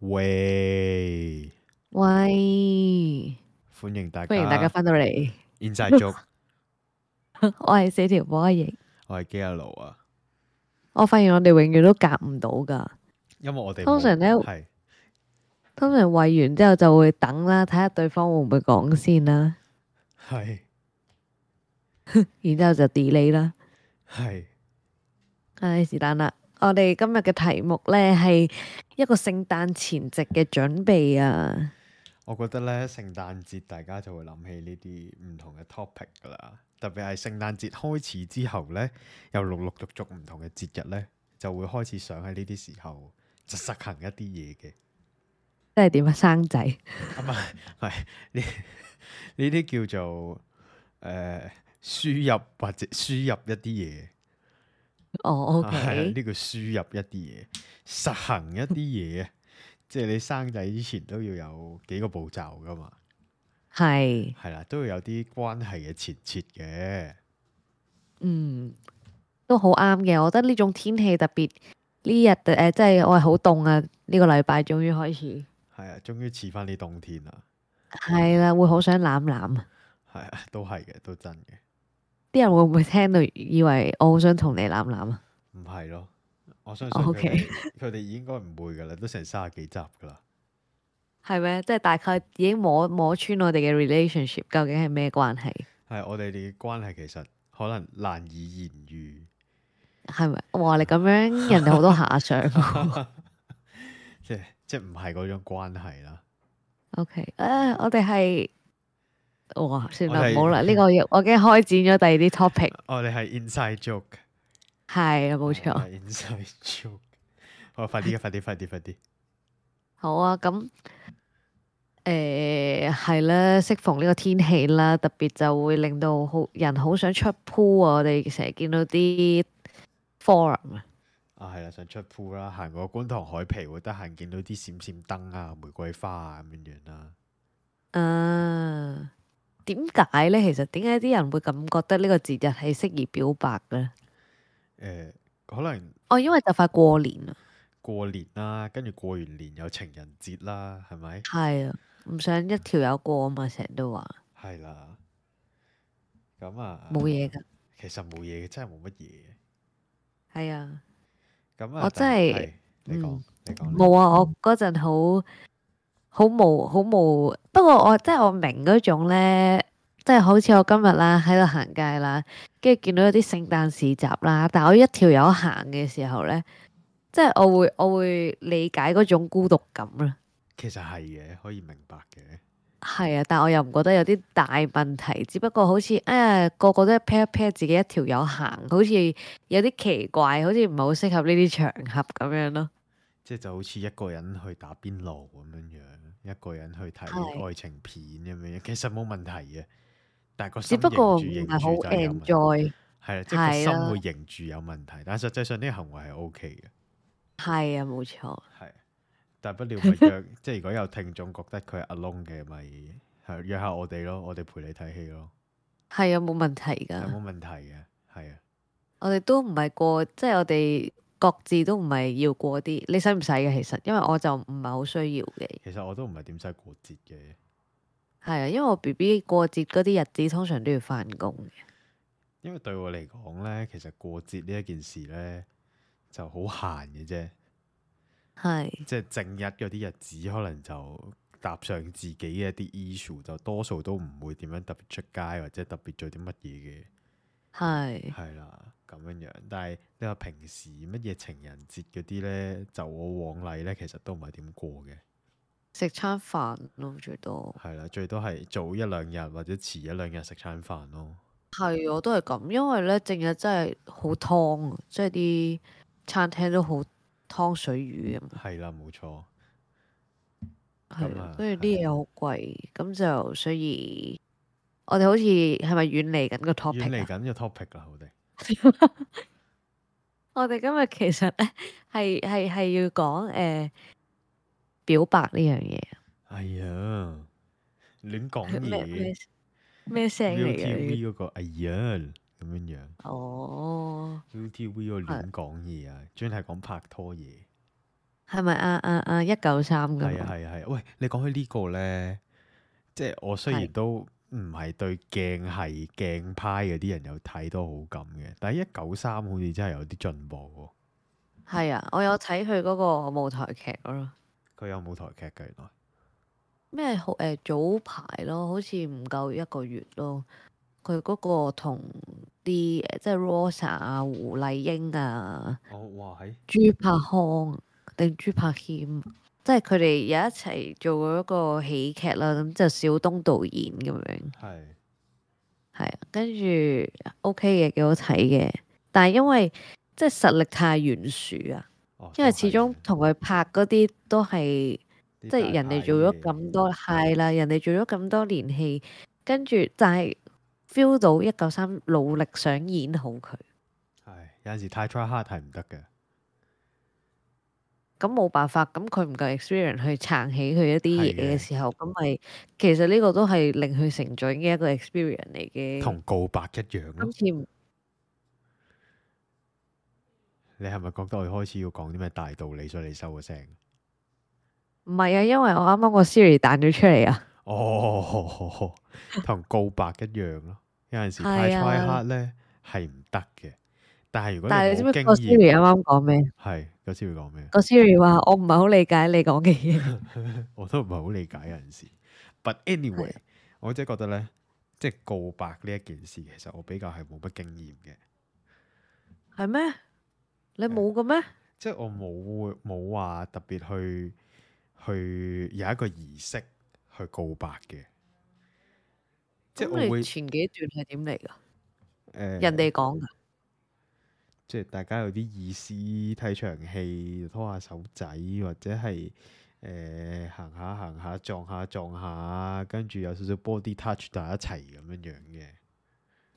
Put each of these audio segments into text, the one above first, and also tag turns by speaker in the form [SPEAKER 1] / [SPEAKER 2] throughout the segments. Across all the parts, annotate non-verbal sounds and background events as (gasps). [SPEAKER 1] 喂，
[SPEAKER 2] 喂，
[SPEAKER 1] 歡迎大家，
[SPEAKER 2] 歡迎大家翻到嚟， (laughs)
[SPEAKER 1] inside joke， (laughs)
[SPEAKER 2] 我係四條火翼。
[SPEAKER 1] 我係基阿奴啊，
[SPEAKER 2] 我發現我哋永遠都夾唔到噶，
[SPEAKER 1] 因為我哋
[SPEAKER 2] 通常呢
[SPEAKER 1] 係
[SPEAKER 2] 通常喂完之後就會等啦，睇下對方會唔會講先啦，
[SPEAKER 1] 係
[SPEAKER 2] 然之後就 delay 啦。
[SPEAKER 1] 係
[SPEAKER 2] 唉，是但啦。我哋今日嘅題目呢係一個聖誕前夕嘅準備啊，
[SPEAKER 1] 我覺得咧，聖誕節大家就會諗起呢啲唔同嘅 topic 噶啦，特別係聖誕節開始之後咧，又陸陸續續唔同嘅節日咧，就會開始想喺呢啲時候就實行一啲嘢嘅，
[SPEAKER 2] 即係點啊？生仔
[SPEAKER 1] 啊唔 (laughs) 係係呢呢啲叫做誒、呃、輸入或者輸入一啲嘢。
[SPEAKER 2] 哦
[SPEAKER 1] 啊 (laughs) 係啊呢
[SPEAKER 2] ，OK，
[SPEAKER 1] 個輸入一啲嘢，實行一啲嘢， (laughs) 即係你生仔之前都要有幾個步驟噶嘛，
[SPEAKER 2] 係，
[SPEAKER 1] 係啦，都要有啲關係嘅前設嘅，
[SPEAKER 2] 嗯，都好啱嘅。我覺得呢種天氣特別呢日誒，即係我係好凍啊！呢個禮拜終於開始。
[SPEAKER 1] 係啊，終於似翻啲冬天啦，
[SPEAKER 2] 係啦，會好想攬攬啊！
[SPEAKER 1] 係啊， (laughs) 都係嘅，都真嘅，
[SPEAKER 2] 啲人會唔會聽到以為我好想同你攬攬啊？
[SPEAKER 1] 唔係咯，我相信佢
[SPEAKER 2] 哦 OK
[SPEAKER 1] 哋 (laughs) 佢哋應該唔會噶啦，都成三十幾集噶啦，
[SPEAKER 2] 係咩？即係大概已經摸摸穿我哋嘅 relationship 究竟係咩關係？
[SPEAKER 1] 係啊我哋哋嘅關係其實可能難以言
[SPEAKER 2] (laughs)
[SPEAKER 1] 喻， (laughs)
[SPEAKER 2] 係咪？哇！你咁樣人哋好多遐想啊喎。 (laughs)
[SPEAKER 1] 即係即係唔係嗰種關係啦，
[SPEAKER 2] OK，啊，我哋係哇，算啦，
[SPEAKER 1] 我哋
[SPEAKER 2] 唔好啦，呢個要我已經開展咗第二啲 topic，
[SPEAKER 1] 我哋係 inside joke。
[SPEAKER 2] 係啊
[SPEAKER 1] (laughs)
[SPEAKER 2] 冇
[SPEAKER 1] 係啊
[SPEAKER 2] 錯。
[SPEAKER 1] inside joke。好，快
[SPEAKER 2] (laughs)
[SPEAKER 1] 啲啊！快啲，快啲，快啲！
[SPEAKER 2] 好啊，咁誒係啦，適逢呢個天氣啦，特別就會令到好人好想出 pool 啊！我哋成日見到啲 forum 啊
[SPEAKER 1] 啊，係啦，想出 pool 啦，行過觀塘海皮會得閒見到啲閃閃燈啊、玫瑰花啊咁樣樣啦。
[SPEAKER 2] 啊，點解呢？其實點解啲人會咁覺得呢個節日係適宜表白嘅呢？
[SPEAKER 1] 誒、可能
[SPEAKER 2] 哦，因為就快過年啊啦，
[SPEAKER 1] 過年啦，跟住過完年有情人節啦，係咪？
[SPEAKER 2] 係啊，唔想一條友過啊嘛，成日都話
[SPEAKER 1] 係啦。咁啊，
[SPEAKER 2] 冇嘢㗎，
[SPEAKER 1] 其實冇嘢嘅，真係冇乜嘢。
[SPEAKER 2] 係啊，
[SPEAKER 1] 咁啊，
[SPEAKER 2] 我真係
[SPEAKER 1] 但係你講
[SPEAKER 2] 嗯，
[SPEAKER 1] 你講，
[SPEAKER 2] 冇啊，我嗰陣好好冇好冇，不過我即係我明嗰種呢，即係好似我今日啦喺度行街啦，跟住見到有啲聖誕市集啦，但我一條友行嘅時候呢，即係我會我會理解嗰種孤獨感啊啦。
[SPEAKER 1] 其實係嘅，可以明白嘅。
[SPEAKER 2] 係啊，但我又唔覺得有啲大問題，只不過好似啊個個都一 pair 一 pair 自己一條友行，好似有啲奇怪，好似唔係好適合呢啲場合咁樣咯。
[SPEAKER 1] 即係就好似一個人去打邊爐咁樣樣，一個人去睇
[SPEAKER 2] 係
[SPEAKER 1] 愛情片咁樣樣，其實冇問題嘅。但係個
[SPEAKER 2] 只
[SPEAKER 1] 心
[SPEAKER 2] 不過唔
[SPEAKER 1] 凝住
[SPEAKER 2] 係
[SPEAKER 1] 凝
[SPEAKER 2] 好
[SPEAKER 1] 住就有問題，
[SPEAKER 2] enjoy。
[SPEAKER 1] 係啦，即係個
[SPEAKER 2] 係
[SPEAKER 1] 心
[SPEAKER 2] 啦
[SPEAKER 1] 會凝住有問題。但係實際上呢個行為係 O K 嘅，
[SPEAKER 2] 係啊，冇錯。
[SPEAKER 1] 係。大不了
[SPEAKER 2] (laughs)
[SPEAKER 1] 咪約，即係如果有聽眾覺得佢係 alone 嘅，咪係約下我哋咯，我哋陪你睇戲咯，
[SPEAKER 2] 係啊，冇問題
[SPEAKER 1] 係
[SPEAKER 2] 㗎。
[SPEAKER 1] 冇問題嘅，係啊。
[SPEAKER 2] 我哋都唔係過，即係我哋各自都唔係要過啲。你使唔使嘅？其實因為我就唔係好需要嘅。
[SPEAKER 1] 其實我都唔係點使過節嘅，
[SPEAKER 2] 係啊，因為我 B B 過節嗰啲日子通常都要翻工嘅。
[SPEAKER 1] 因為對我嚟講咧，其實過節呢一件事咧就好閒嘅啫。
[SPEAKER 2] 係
[SPEAKER 1] 即係正日嗰啲日子，可能就搭上自己嘅一啲 issue，就多數都唔會點樣特別出街或者特別做啲乜嘢嘅，
[SPEAKER 2] 係
[SPEAKER 1] 係啦咁樣樣。但係你話平時乜嘢情人節嗰啲呢，就我往例呢，其實都唔係點過嘅，
[SPEAKER 2] 食餐飯咯，最多。
[SPEAKER 1] 係啦，最多係早一兩日或者遲一兩日食餐飯咯。
[SPEAKER 2] 係，我都係咁，因為咧正日真係好湯啊，即係啲餐廳都好湯水魚咁，
[SPEAKER 1] 係啦，冇錯，
[SPEAKER 2] 係
[SPEAKER 1] 咁
[SPEAKER 2] 啊
[SPEAKER 1] 啊，
[SPEAKER 2] 跟住啲嘢好貴，咁就所以我哋好似係咪遠離緊個
[SPEAKER 1] 遠
[SPEAKER 2] topic
[SPEAKER 1] 離
[SPEAKER 2] 啊？
[SPEAKER 1] 緊個 topic 啦，我哋
[SPEAKER 2] 我哋今日其實咧係係係要講誒、呃表白呢樣嘢啊，
[SPEAKER 1] 哎呀，亂講
[SPEAKER 2] (laughs) 咩
[SPEAKER 1] 嘢
[SPEAKER 2] 咩咩聲嚟嘅？
[SPEAKER 1] ，ViuTV 嗰個哎呀咁樣樣。
[SPEAKER 2] 哦，
[SPEAKER 1] ViuTV 嗰個
[SPEAKER 2] 係
[SPEAKER 1] 亂講嘢啊，專係講拍拖嘢，
[SPEAKER 2] 係咪啊啊啊一九三咁
[SPEAKER 1] 係啊
[SPEAKER 2] 啊？
[SPEAKER 1] 係啊係啊！喂，你講起呢個咧，即係我雖然
[SPEAKER 2] 係
[SPEAKER 1] 都唔係對鏡係鏡派嗰啲人有太多好感嘅，但係一九三好似真係有啲進步
[SPEAKER 2] 係啊，我有睇佢嗰個舞台劇咯。
[SPEAKER 1] 喎。佢有舞台劇嘅原來，
[SPEAKER 2] 咩好誒早排咯，好似唔夠一個月咯。佢嗰個同啲呃誒即係 Rosa 啊、胡麗英啊、
[SPEAKER 1] 哦哇喺
[SPEAKER 2] 朱柏康定朱柏謙，即係佢哋有一齊做過一個喜劇啦。咁就小東導演咁樣，
[SPEAKER 1] 係
[SPEAKER 2] 係啊，跟住 OK 嘅，幾好睇嘅。但係因為即係實力太懸殊啊，
[SPEAKER 1] 哦，
[SPEAKER 2] 因為
[SPEAKER 1] 都
[SPEAKER 2] 始
[SPEAKER 1] 係
[SPEAKER 2] 終
[SPEAKER 1] 嘅
[SPEAKER 2] 同佢拍嗰啲都係。
[SPEAKER 1] 啲
[SPEAKER 2] 即係
[SPEAKER 1] 大
[SPEAKER 2] 人哋
[SPEAKER 1] 牌
[SPEAKER 2] 做咗
[SPEAKER 1] 嘢
[SPEAKER 2] 咁多係啦，人哋做咗咁多年戲，跟住但係 feel 到一九三努力想演好佢，
[SPEAKER 1] 係有陣時太 try hard 係唔得嘅，
[SPEAKER 2] 咁冇辦法，咁佢唔夠 experience 去撐起佢一啲
[SPEAKER 1] 係
[SPEAKER 2] 嘢
[SPEAKER 1] 嘅
[SPEAKER 2] 嘅時候，咁咪其實呢個都係令佢成長嘅一個 experience 嚟嘅。
[SPEAKER 1] 同告白一樣咯
[SPEAKER 2] 今。次唔
[SPEAKER 1] 你係咪覺得我哋開始要講啲咩大道理，所以你收咗聲？
[SPEAKER 2] 唔係啊，因為我啱啱個 Siri 彈咗出嚟啊，
[SPEAKER 1] 哦，同告白一樣咯。有陣時太
[SPEAKER 2] 係
[SPEAKER 1] try
[SPEAKER 2] 啊
[SPEAKER 1] hard 咧係唔得嘅，但係如果你
[SPEAKER 2] 但係你知唔
[SPEAKER 1] 冇
[SPEAKER 2] 知
[SPEAKER 1] 經
[SPEAKER 2] 個 Siri
[SPEAKER 1] 驗，
[SPEAKER 2] 啱啱講咩？
[SPEAKER 1] 係嗰次會講咩？
[SPEAKER 2] 個 Siri 話我唔係好理解你講嘅
[SPEAKER 1] (laughs)
[SPEAKER 2] 嘢，
[SPEAKER 1] 我都唔係好理解有陣時。But anyway，我真係覺得咧，即係告白呢一件事，其實我比較係冇乜經驗嘅，
[SPEAKER 2] 係咩？你冇嘅咩？
[SPEAKER 1] 即係我冇冇話特別去去有一個儀式去告白嘅，即係
[SPEAKER 2] 咁
[SPEAKER 1] 我
[SPEAKER 2] 你
[SPEAKER 1] 會
[SPEAKER 2] 前幾段係點嚟㗎？
[SPEAKER 1] 誒
[SPEAKER 2] 人哋講㗎。
[SPEAKER 1] 即係大家有啲意思睇場戲，拖下手仔，或者係誒行下行下撞下撞下，跟住有少少 body touch 大家一齊咁樣樣嘅，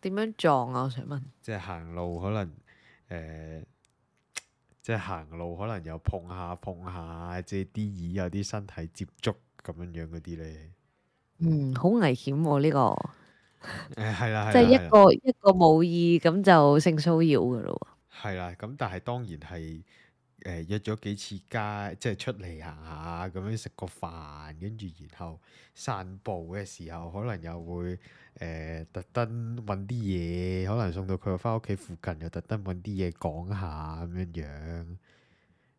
[SPEAKER 2] 點樣撞啊？我想問。
[SPEAKER 1] 即係行路可能誒、呃即係行路可能又碰下碰下，即係啲椅有啲身體接觸咁樣樣嗰啲咧，
[SPEAKER 2] 嗯，好危險喎、呢、個，
[SPEAKER 1] 誒係啦係啦啊
[SPEAKER 2] 即係
[SPEAKER 1] 係
[SPEAKER 2] 一
[SPEAKER 1] 啦
[SPEAKER 2] 個一個冇意咁就性騷擾噶咯
[SPEAKER 1] 係啦，咁但係當然係。誒、約咗幾次街，即係出嚟行下咁樣食個飯，跟住然後散步嘅時候，可能又會誒、呃特登揾啲嘢，可能送到佢翻屋企附近，又特登揾啲嘢講下咁樣樣，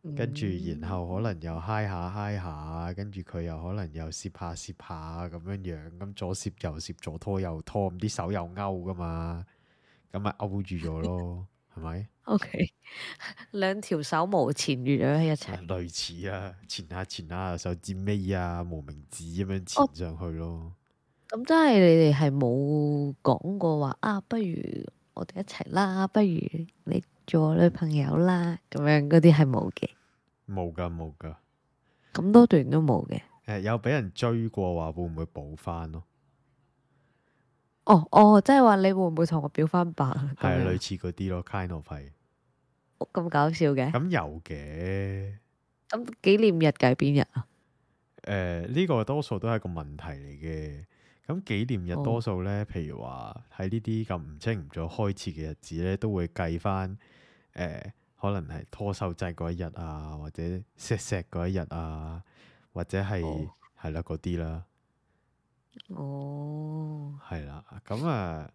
[SPEAKER 2] 喎。
[SPEAKER 1] 跟住
[SPEAKER 2] 嗯
[SPEAKER 1] 然後可能又嗨下嗨下，跟住佢又可能又攝下攝下咁樣樣，咁左攝右攝，左拖右拖，咁啲手又勾噶嘛，咁咪勾住咗咯，係咪？
[SPEAKER 2] ，OK，兩條手毛纏住咗喺一齊
[SPEAKER 1] 啊，。類似啊，纏下纏下手指尾啊，無名指咁樣
[SPEAKER 2] 哦
[SPEAKER 1] 纏上去咯。
[SPEAKER 2] 咁真係你哋係冇講過話啊，不如我哋一齊啦，不如你做我女朋友啦，咁樣嗰啲係冇嘅，
[SPEAKER 1] 冇噶冇噶，誒、
[SPEAKER 2] 咁多段都冇嘅。
[SPEAKER 1] 有俾人追過話會唔會補翻咯？
[SPEAKER 2] 哦哦，即係話你會唔會同我表翻白啊？
[SPEAKER 1] 係
[SPEAKER 2] 咁
[SPEAKER 1] 啊，類
[SPEAKER 2] 樣
[SPEAKER 1] 似嗰啲咯，kind of 係。
[SPEAKER 2] 哦咁搞笑嘅。
[SPEAKER 1] 咁有嘅，誒、
[SPEAKER 2] 咁紀念日計邊日啊？
[SPEAKER 1] 呢、個多數都係一個問題嚟嘅。咁紀念日
[SPEAKER 2] 哦
[SPEAKER 1] 多數咧，譬如話喺呢啲咁唔清唔楚開始嘅日子咧，都會計翻誒、可能係拖手仔嗰一日啊，或者錫錫嗰一日啊，或者係
[SPEAKER 2] 哦
[SPEAKER 1] 係啦嗰啲啦。
[SPEAKER 2] 哦。
[SPEAKER 1] 係啦，咁啊，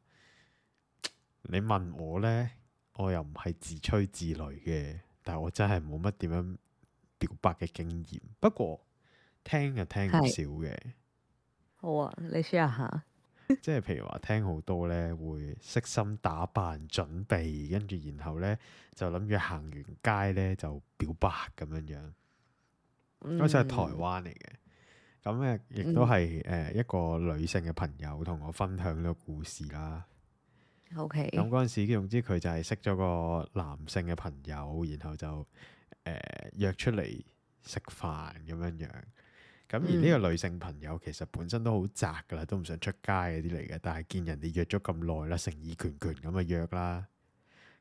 [SPEAKER 1] 你問我呢，我又唔係自吹自擂嘅，但係我真係冇乜點樣表白嘅經驗。不過聽就聽唔
[SPEAKER 2] 係
[SPEAKER 1] 少嘅，
[SPEAKER 2] 好啊，你 share 下。
[SPEAKER 1] 即係譬如話聽好多呢，會悉心打扮準備，跟住然後呢，就諗住行完街呢，就表白咁樣樣。嗰次係台
[SPEAKER 2] 嗯
[SPEAKER 1] 灣嚟嘅，咁誒亦都係誒一個女性嘅朋友同我分享呢個故事啦。
[SPEAKER 2] O K，
[SPEAKER 1] 咁嗰陣時，總之佢就係識咗個男性嘅朋友，然後就誒、呃、約出嚟食飯咁樣樣。咁而呢個女性朋友其實本身都好宅噶啦，都唔想出街嗰啲嚟嘅，但係見人哋約咗咁耐啦，誠意拳拳咁啊約啦。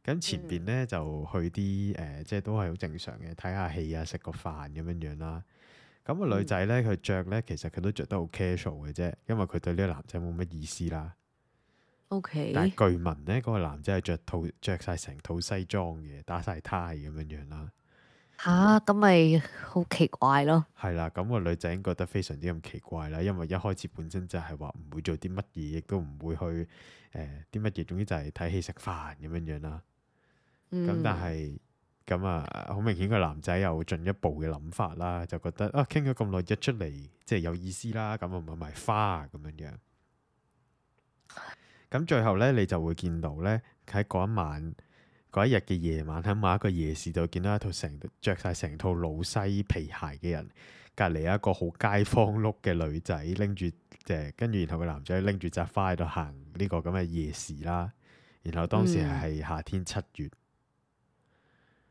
[SPEAKER 1] 咁前邊咧就去啲誒、呃即係都係好正常嘅，睇下戲啊，食個飯咁樣樣啦。咁個女
[SPEAKER 2] 嗯
[SPEAKER 1] 仔咧，佢着咧其實佢都着得好 casual 嘅啫，因為佢對呢個男仔冇乜意思啦。
[SPEAKER 2] O
[SPEAKER 1] 但係
[SPEAKER 2] K，
[SPEAKER 1] 據聞呢，嗰、個男仔係着套着晒成套西裝嘅，打晒呔咁樣樣啦。
[SPEAKER 2] 吓咁咪好奇怪咯。
[SPEAKER 1] 係啦，咁、個女仔覺得非常之咁奇怪啦，因為一開始本身就係話唔會做啲乜嘢，亦都唔會去誒啲乜嘢，總之就係睇戲食飯咁樣樣啦。咁、
[SPEAKER 2] 咁
[SPEAKER 1] 但係咁啊，好明顯個男仔有進一步嘅諗法啦，就覺得啊傾咗咁耐，一出嚟即係有意思啦，咁啊買埋花咁樣樣。咁最後咧，你就會見到咧喺嗰一晚嗰一日嘅夜晚，喺某一個夜市度見到一套成着晒成套老西皮鞋嘅人，隔離有一個好街坊碌嘅女仔拎住誒，跟住然後個男仔拎住扎花喺度行呢個咁嘅夜市啦。然後當時
[SPEAKER 2] 嗯
[SPEAKER 1] 係夏天七月。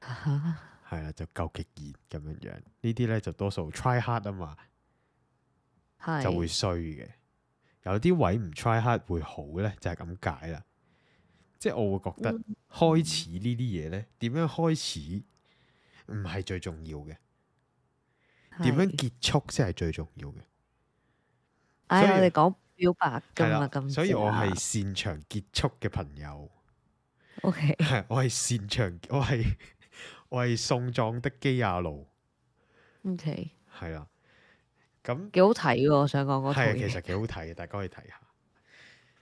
[SPEAKER 2] 吓
[SPEAKER 1] 係啦，就夠極熱咁樣樣，呢啲咧就多數 try hard 啊嘛，
[SPEAKER 2] (laughs) 係
[SPEAKER 1] 就會衰嘅。有啲位唔 try hard 會好咧，就係咁解啦。即係我會覺得
[SPEAKER 2] 嗯
[SPEAKER 1] 開始呢啲嘢咧，點樣開始唔係最重要嘅，點樣
[SPEAKER 2] 係
[SPEAKER 1] 結束先係最重要嘅。
[SPEAKER 2] 唉，
[SPEAKER 1] 所以
[SPEAKER 2] 哎我哋講表白
[SPEAKER 1] 係
[SPEAKER 2] 㗎
[SPEAKER 1] 啦
[SPEAKER 2] 嘛，咁啊
[SPEAKER 1] 所以我係擅長結束嘅朋友， (laughs)
[SPEAKER 2] O K
[SPEAKER 1] 係我係擅長，我係 (laughs) 我係送葬的基亞路，
[SPEAKER 2] O K，
[SPEAKER 1] 係啦。咁
[SPEAKER 2] 幾好睇喎！我想講嗰套
[SPEAKER 1] 係啊其
[SPEAKER 2] 嘢
[SPEAKER 1] 實幾好睇嘅，大家可以睇下。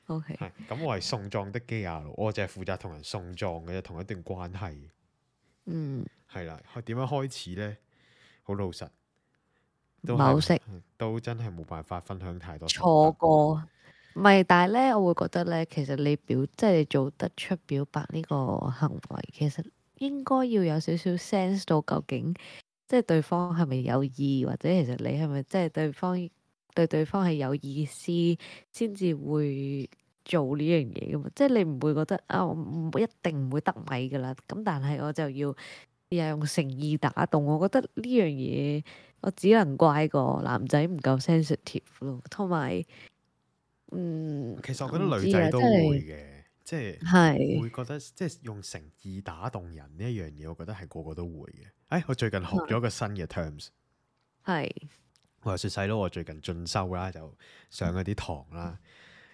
[SPEAKER 2] O K，
[SPEAKER 1] 係，咁我係送葬的基亞奴，我就係負責同人送葬嘅啫，同一段關係
[SPEAKER 2] 嗯，
[SPEAKER 1] 係啦。開點樣開始呢？好老實，都係
[SPEAKER 2] 某式
[SPEAKER 1] 都真係冇辦法分享太多心得。
[SPEAKER 2] 錯過，唔係，但係咧，我會覺得咧，其實你表即係你做得出表白呢個行為，其實應該要有少少 sense 到究竟即係對方係咪有意，或者其實你係咪即係對方對對方係有意思，先至會做呢樣嘢噶嘛？即係你唔會覺得啊，我唔一定唔會得米噶啦，咁但係我就要。又用誠意打動，我覺得呢樣嘢我只能怪個男仔唔夠 sensitive 咯，同埋嗯
[SPEAKER 1] 其實我覺
[SPEAKER 2] 我唔
[SPEAKER 1] 得
[SPEAKER 2] 知
[SPEAKER 1] 女仔
[SPEAKER 2] 啊
[SPEAKER 1] 都
[SPEAKER 2] 真係
[SPEAKER 1] 會嘅，即係
[SPEAKER 2] 係
[SPEAKER 1] 會覺得即係用誠意打動人呢一樣嘢，我覺得係個個都會嘅。誒、哎我最近學咗一個新嘅 terms。
[SPEAKER 2] 係
[SPEAKER 1] 我話説細佬，我最近進修啦，就上嗰啲堂啦，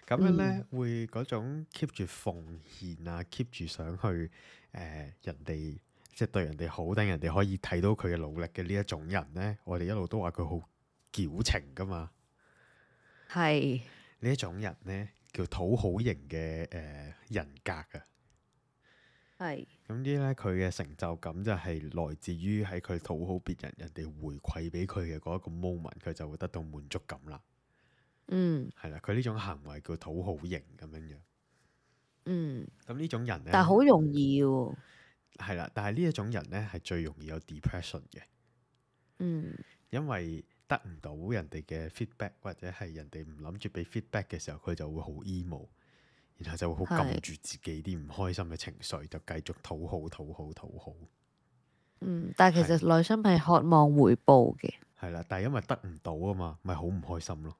[SPEAKER 1] 咁樣咧、會嗰種 keep 住奉獻啊，keep 住想去誒、呃人哋即係對人哋好，等人哋可以睇到佢嘅努力嘅呢一種人咧，我哋一路都話佢好矯情噶嘛。
[SPEAKER 2] 係
[SPEAKER 1] 呢一種人咧叫討好型嘅誒、呃人格啊。
[SPEAKER 2] 係
[SPEAKER 1] 咁啲咧佢嘅成就感就係來自於喺佢討好別人，人哋回饋俾佢嘅嗰一個 moment，佢就會得到滿足感啦。
[SPEAKER 2] 嗯
[SPEAKER 1] 係啦，佢呢種行為叫討好型咁樣樣。
[SPEAKER 2] 嗯，
[SPEAKER 1] 咁呢種人咧，
[SPEAKER 2] 但係好容易喎，
[SPEAKER 1] 係啦，但係呢一種人咧係最容易有 depression 嘅，
[SPEAKER 2] 嗯
[SPEAKER 1] 因為得唔到人哋嘅 feedback 或者係人哋唔諗住俾 feedback 嘅時候，佢就會好 emo，然後就會好撳
[SPEAKER 2] 係
[SPEAKER 1] 住自己啲唔開心嘅情緒，就繼續討好、討好、討好。
[SPEAKER 2] 嗯，但係其實內心係渴望回報嘅，
[SPEAKER 1] 係啦，但係因為得唔到啊嘛，咪好唔開心咯。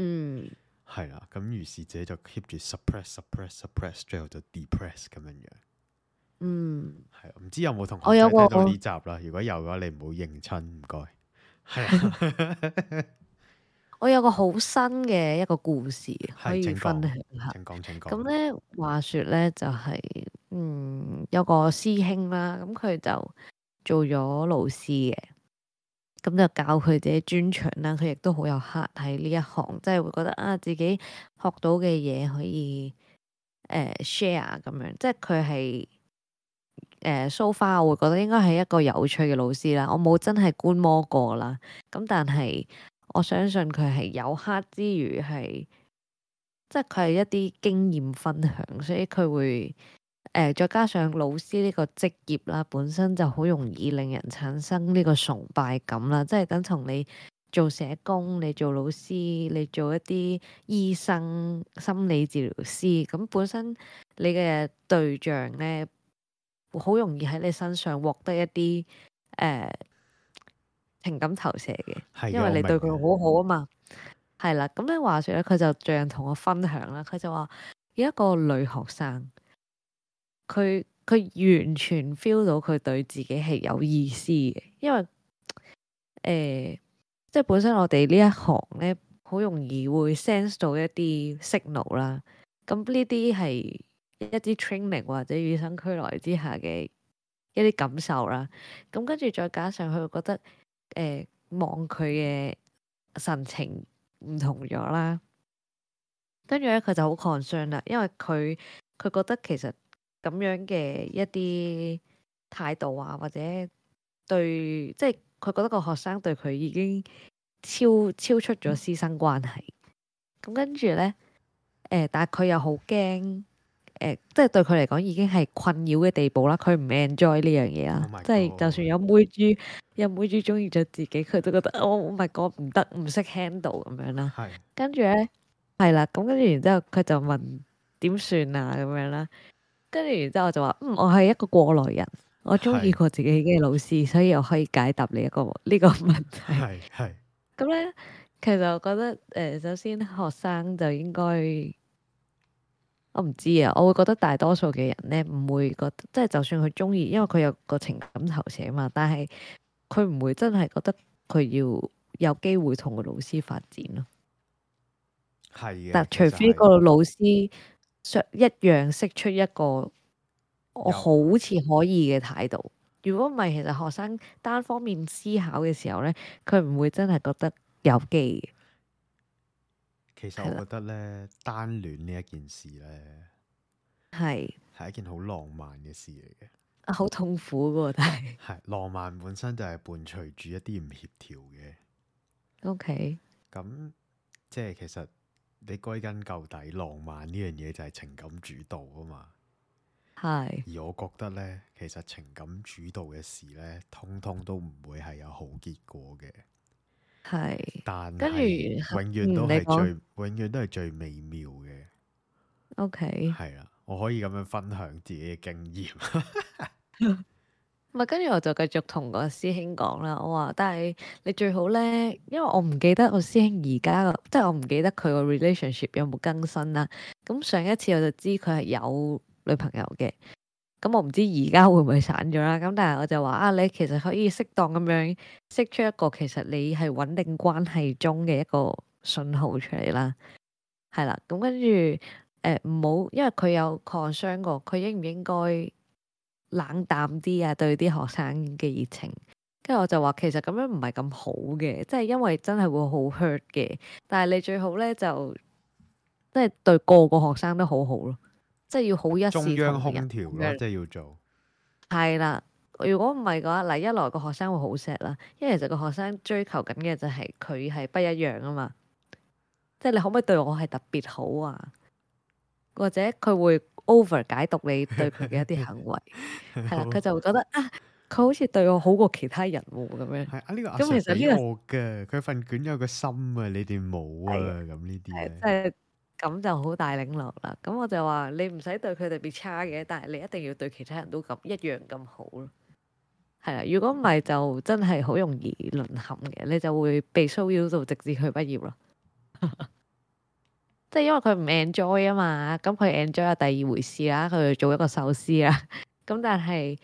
[SPEAKER 2] 嗯
[SPEAKER 1] 係啦，咁於是者就 keep 住 suppress、suppress、suppress，最後就 depress 咁樣樣。
[SPEAKER 2] 嗯，
[SPEAKER 1] 係啊唔知有冇同
[SPEAKER 2] 我
[SPEAKER 1] 學
[SPEAKER 2] 有
[SPEAKER 1] 仔睇
[SPEAKER 2] 個
[SPEAKER 1] 到呢集啦？如果有嘅話，你唔好認親，唔該。係啊，
[SPEAKER 2] 我有個好新嘅一個故事 (laughs) 可以
[SPEAKER 1] 啊請
[SPEAKER 2] 分
[SPEAKER 1] 講
[SPEAKER 2] 享下。
[SPEAKER 1] 請講請講。
[SPEAKER 2] 咁咧，話説咧就係、嗯，有個師兄啦，咁佢就做咗老師嘅，咁就教佢自己專長啦。佢亦都好有 heart 喺呢一行，即係會覺得啊，自己學到嘅嘢可以誒、呃 share 咁樣，即係佢係。誒 so far，我會覺得應該係一個有趣嘅老師啦。我冇真係觀摩過啦，咁但係我相信佢係有黑之餘係，即係佢係一啲經驗分享，所以佢會誒、再加上老師呢個職業啦，本身就好容易令人產生呢個崇拜感啦，即係等同你做社工、你做老師、你做一啲醫生、心理治療師，咁本身你嘅對象咧，好容易喺你身上獲得一啲誒、呃情感投射嘅。
[SPEAKER 1] 係
[SPEAKER 2] 因為你對佢
[SPEAKER 1] 好，
[SPEAKER 2] 好好啊嘛。係啦，咁咧話説咧，佢就這樣同我分享啦。佢就話有一個女學生，佢佢完全 feel 到佢對自己係有意思嘅，因為誒、呃即係本身我哋呢一行咧，好容易會 sense 到一啲 signal 啦。咁呢啲係一啲 training 或者與生俱來之下嘅一啲感受啦。咁跟住再加上佢會覺得呃誒、望佢嘅神情唔同咗啦，跟住咧佢就好 concern 啦，因為佢佢覺得其實咁樣嘅一啲態度啊，或者對即係佢覺得個學生對佢已經超超出咗師生關係。咁跟住咧，誒、但係佢又好驚。誒、即係對佢嚟講已經係困擾嘅地步啦，佢唔 enjoy 呢樣嘢啦
[SPEAKER 1] Oh my
[SPEAKER 2] 即係就
[SPEAKER 1] God
[SPEAKER 2] 算有妹豬，有妹豬中意咗自己，佢都覺得哦我唔係講唔得，唔識 handle 咁樣啦。
[SPEAKER 1] 係
[SPEAKER 2] 跟住咧係啦，咁跟住然之後佢就問點算啊咁樣啦。跟住然之後我就話：嗯，我係一個過來人，我中意
[SPEAKER 1] 係
[SPEAKER 2] 過自己嘅老師，所以我可以解答你一個呢、個問題。
[SPEAKER 1] 係係
[SPEAKER 2] 咁咧，其實我覺得誒、呃首先學生就應該，我唔知啊，我會覺得大多數嘅人咧唔會覺得，即係就算佢中意，因為佢有個情感投射啊嘛，但係佢唔會真係覺得佢要有機會同個老師發展咯。
[SPEAKER 1] 係嘅。
[SPEAKER 2] 但
[SPEAKER 1] 其
[SPEAKER 2] 除
[SPEAKER 1] 實
[SPEAKER 2] 非
[SPEAKER 1] 係
[SPEAKER 2] 個老師想一樣釋出一個
[SPEAKER 1] 有
[SPEAKER 2] 我好似可以嘅態度，如果唔係，其實學生單方面思考嘅時候咧，佢唔會真係覺得有機嘅。
[SPEAKER 1] 其實
[SPEAKER 2] 係啦
[SPEAKER 1] 我覺得咧，單戀呢一件事咧，
[SPEAKER 2] 係
[SPEAKER 1] 係一件好浪漫嘅事嚟嘅。
[SPEAKER 2] 啊好痛苦噶，但係
[SPEAKER 1] 係浪漫本身就係伴隨住一啲唔協調嘅。
[SPEAKER 2] O K
[SPEAKER 1] 咁即係其實你歸根究底，浪漫呢樣嘢就係情感主導啊嘛。
[SPEAKER 2] 係
[SPEAKER 1] 而我覺得呢，其實情感主導嘅事呢，通通都唔會係有好結果嘅。
[SPEAKER 2] 係
[SPEAKER 1] 但
[SPEAKER 2] 跟住
[SPEAKER 1] 係永遠都
[SPEAKER 2] 嗯你
[SPEAKER 1] 係
[SPEAKER 2] 講
[SPEAKER 1] 最，永遠都係最美妙嘅。
[SPEAKER 2] O K，
[SPEAKER 1] 係啦，我可以咁樣分享自己嘅經驗。
[SPEAKER 2] 咪啊跟住我就繼續同個師兄講啦。我話，但係你最好咧，因為我唔記得我師兄而家個，即係我唔記得佢個 relationship 有冇更新啦。咁上一次我就知佢係有女朋友嘅。咁我唔知而家會唔會散咗啦，咁但係我就話啊，你其實可以適當咁樣釋出一個其實你係穩定關係中嘅一個信號出嚟啦，係啦，咁跟住誒唔好，因為佢有 concern 過，佢應唔應該冷淡啲啊對啲學生嘅熱情，跟住我就話其實咁樣唔係咁好嘅，即係因為真係會好 hurt 嘅，但係你最好咧就即係對個個學生都好好咯，即係要好一視
[SPEAKER 1] 中央
[SPEAKER 2] 同
[SPEAKER 1] 空
[SPEAKER 2] 仁
[SPEAKER 1] 調
[SPEAKER 2] 咁樣
[SPEAKER 1] 咯，即係要做。
[SPEAKER 2] 係啦，如果唔係嘅話，嗱，一來個學生會好 sad 啦，因為其實個學生追求緊嘅就係佢係不一樣啊嘛，即係你可唔可以對我係特別好啊？或者佢會 over 解讀你對佢嘅一啲行為，係啦，佢就會覺得啊，佢好似對我好過其他人喎咁樣，
[SPEAKER 1] (laughs) 係啊，呢個阿
[SPEAKER 2] 咁
[SPEAKER 1] Sir
[SPEAKER 2] 其實呢
[SPEAKER 1] 俾
[SPEAKER 2] 個
[SPEAKER 1] 我嘅，佢份卷有個心啊，你哋冇啊，
[SPEAKER 2] 係
[SPEAKER 1] 咁呢啲
[SPEAKER 2] 係即
[SPEAKER 1] 咧。
[SPEAKER 2] 係咁就好大領落啦。咁我就話你唔使對佢特別差嘅，但係你一定要對其他人都咁一樣咁好咯。係啦，如果唔係就真係好容易淪陷嘅，你就會被騷擾到直至佢畢業咯。 (laughs) 即係因為佢唔 enjoy 啊嘛，咁佢 enjoy 係第二回事啦，佢做一個壽司啦。 (laughs) 咁但係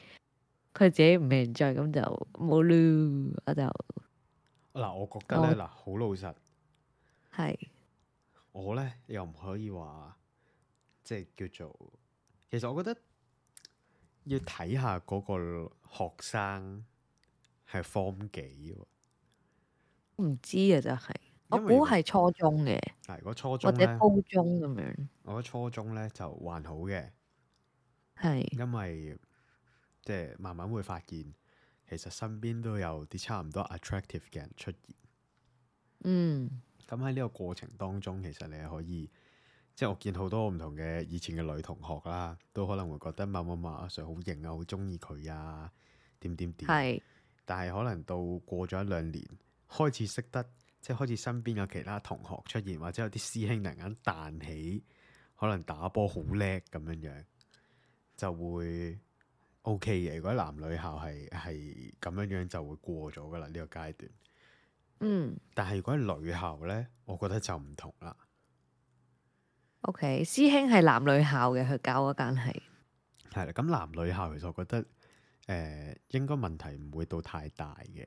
[SPEAKER 2] 佢自己唔 enjoy，咁就冇咯。我就
[SPEAKER 1] 嗱，我覺
[SPEAKER 2] 哦
[SPEAKER 1] 得呢，嗱，好老實，
[SPEAKER 2] 係
[SPEAKER 1] 我呢又唔可以話，即係叫做，其實我覺得要睇下嗰個學生係 form 幾喎。
[SPEAKER 2] 唔知啊，就係我
[SPEAKER 1] 因為如
[SPEAKER 2] 估
[SPEAKER 1] 果
[SPEAKER 2] 係初中嘅
[SPEAKER 1] 嗱，如果初
[SPEAKER 2] 或
[SPEAKER 1] 中
[SPEAKER 2] 者
[SPEAKER 1] 呢，
[SPEAKER 2] 高中咁樣，
[SPEAKER 1] 我覺得初中呢就還好嘅，
[SPEAKER 2] 係。
[SPEAKER 1] 因為即係慢慢會發現，其實身邊都有啲差唔多 attractive 嘅人出現。
[SPEAKER 2] 嗯，
[SPEAKER 1] 咁喺呢個過程當中，其實你係可以，即係我見好多唔同嘅以前嘅女同學啦，都可能會覺得某某某阿 Sir 好型啊，好中意佢啊，點點點。
[SPEAKER 2] 係
[SPEAKER 1] 但係可能到過咗一兩年，開始識得，即係開始身邊有其他同學出現，或者有啲師兄突然間彈起，可能打波好叻咁樣樣，就會 OK 嘅。如果男女校係係咁樣樣，就會過咗噶啦呢個階段。
[SPEAKER 2] 嗯
[SPEAKER 1] 但係如果係女校呢，我覺得就唔同啦。
[SPEAKER 2] ，OK，師兄係男女校嘅，佢教嗰間係
[SPEAKER 1] 係啦，咁男女校其實我覺得誒、呃、應該問題唔會到太大嘅，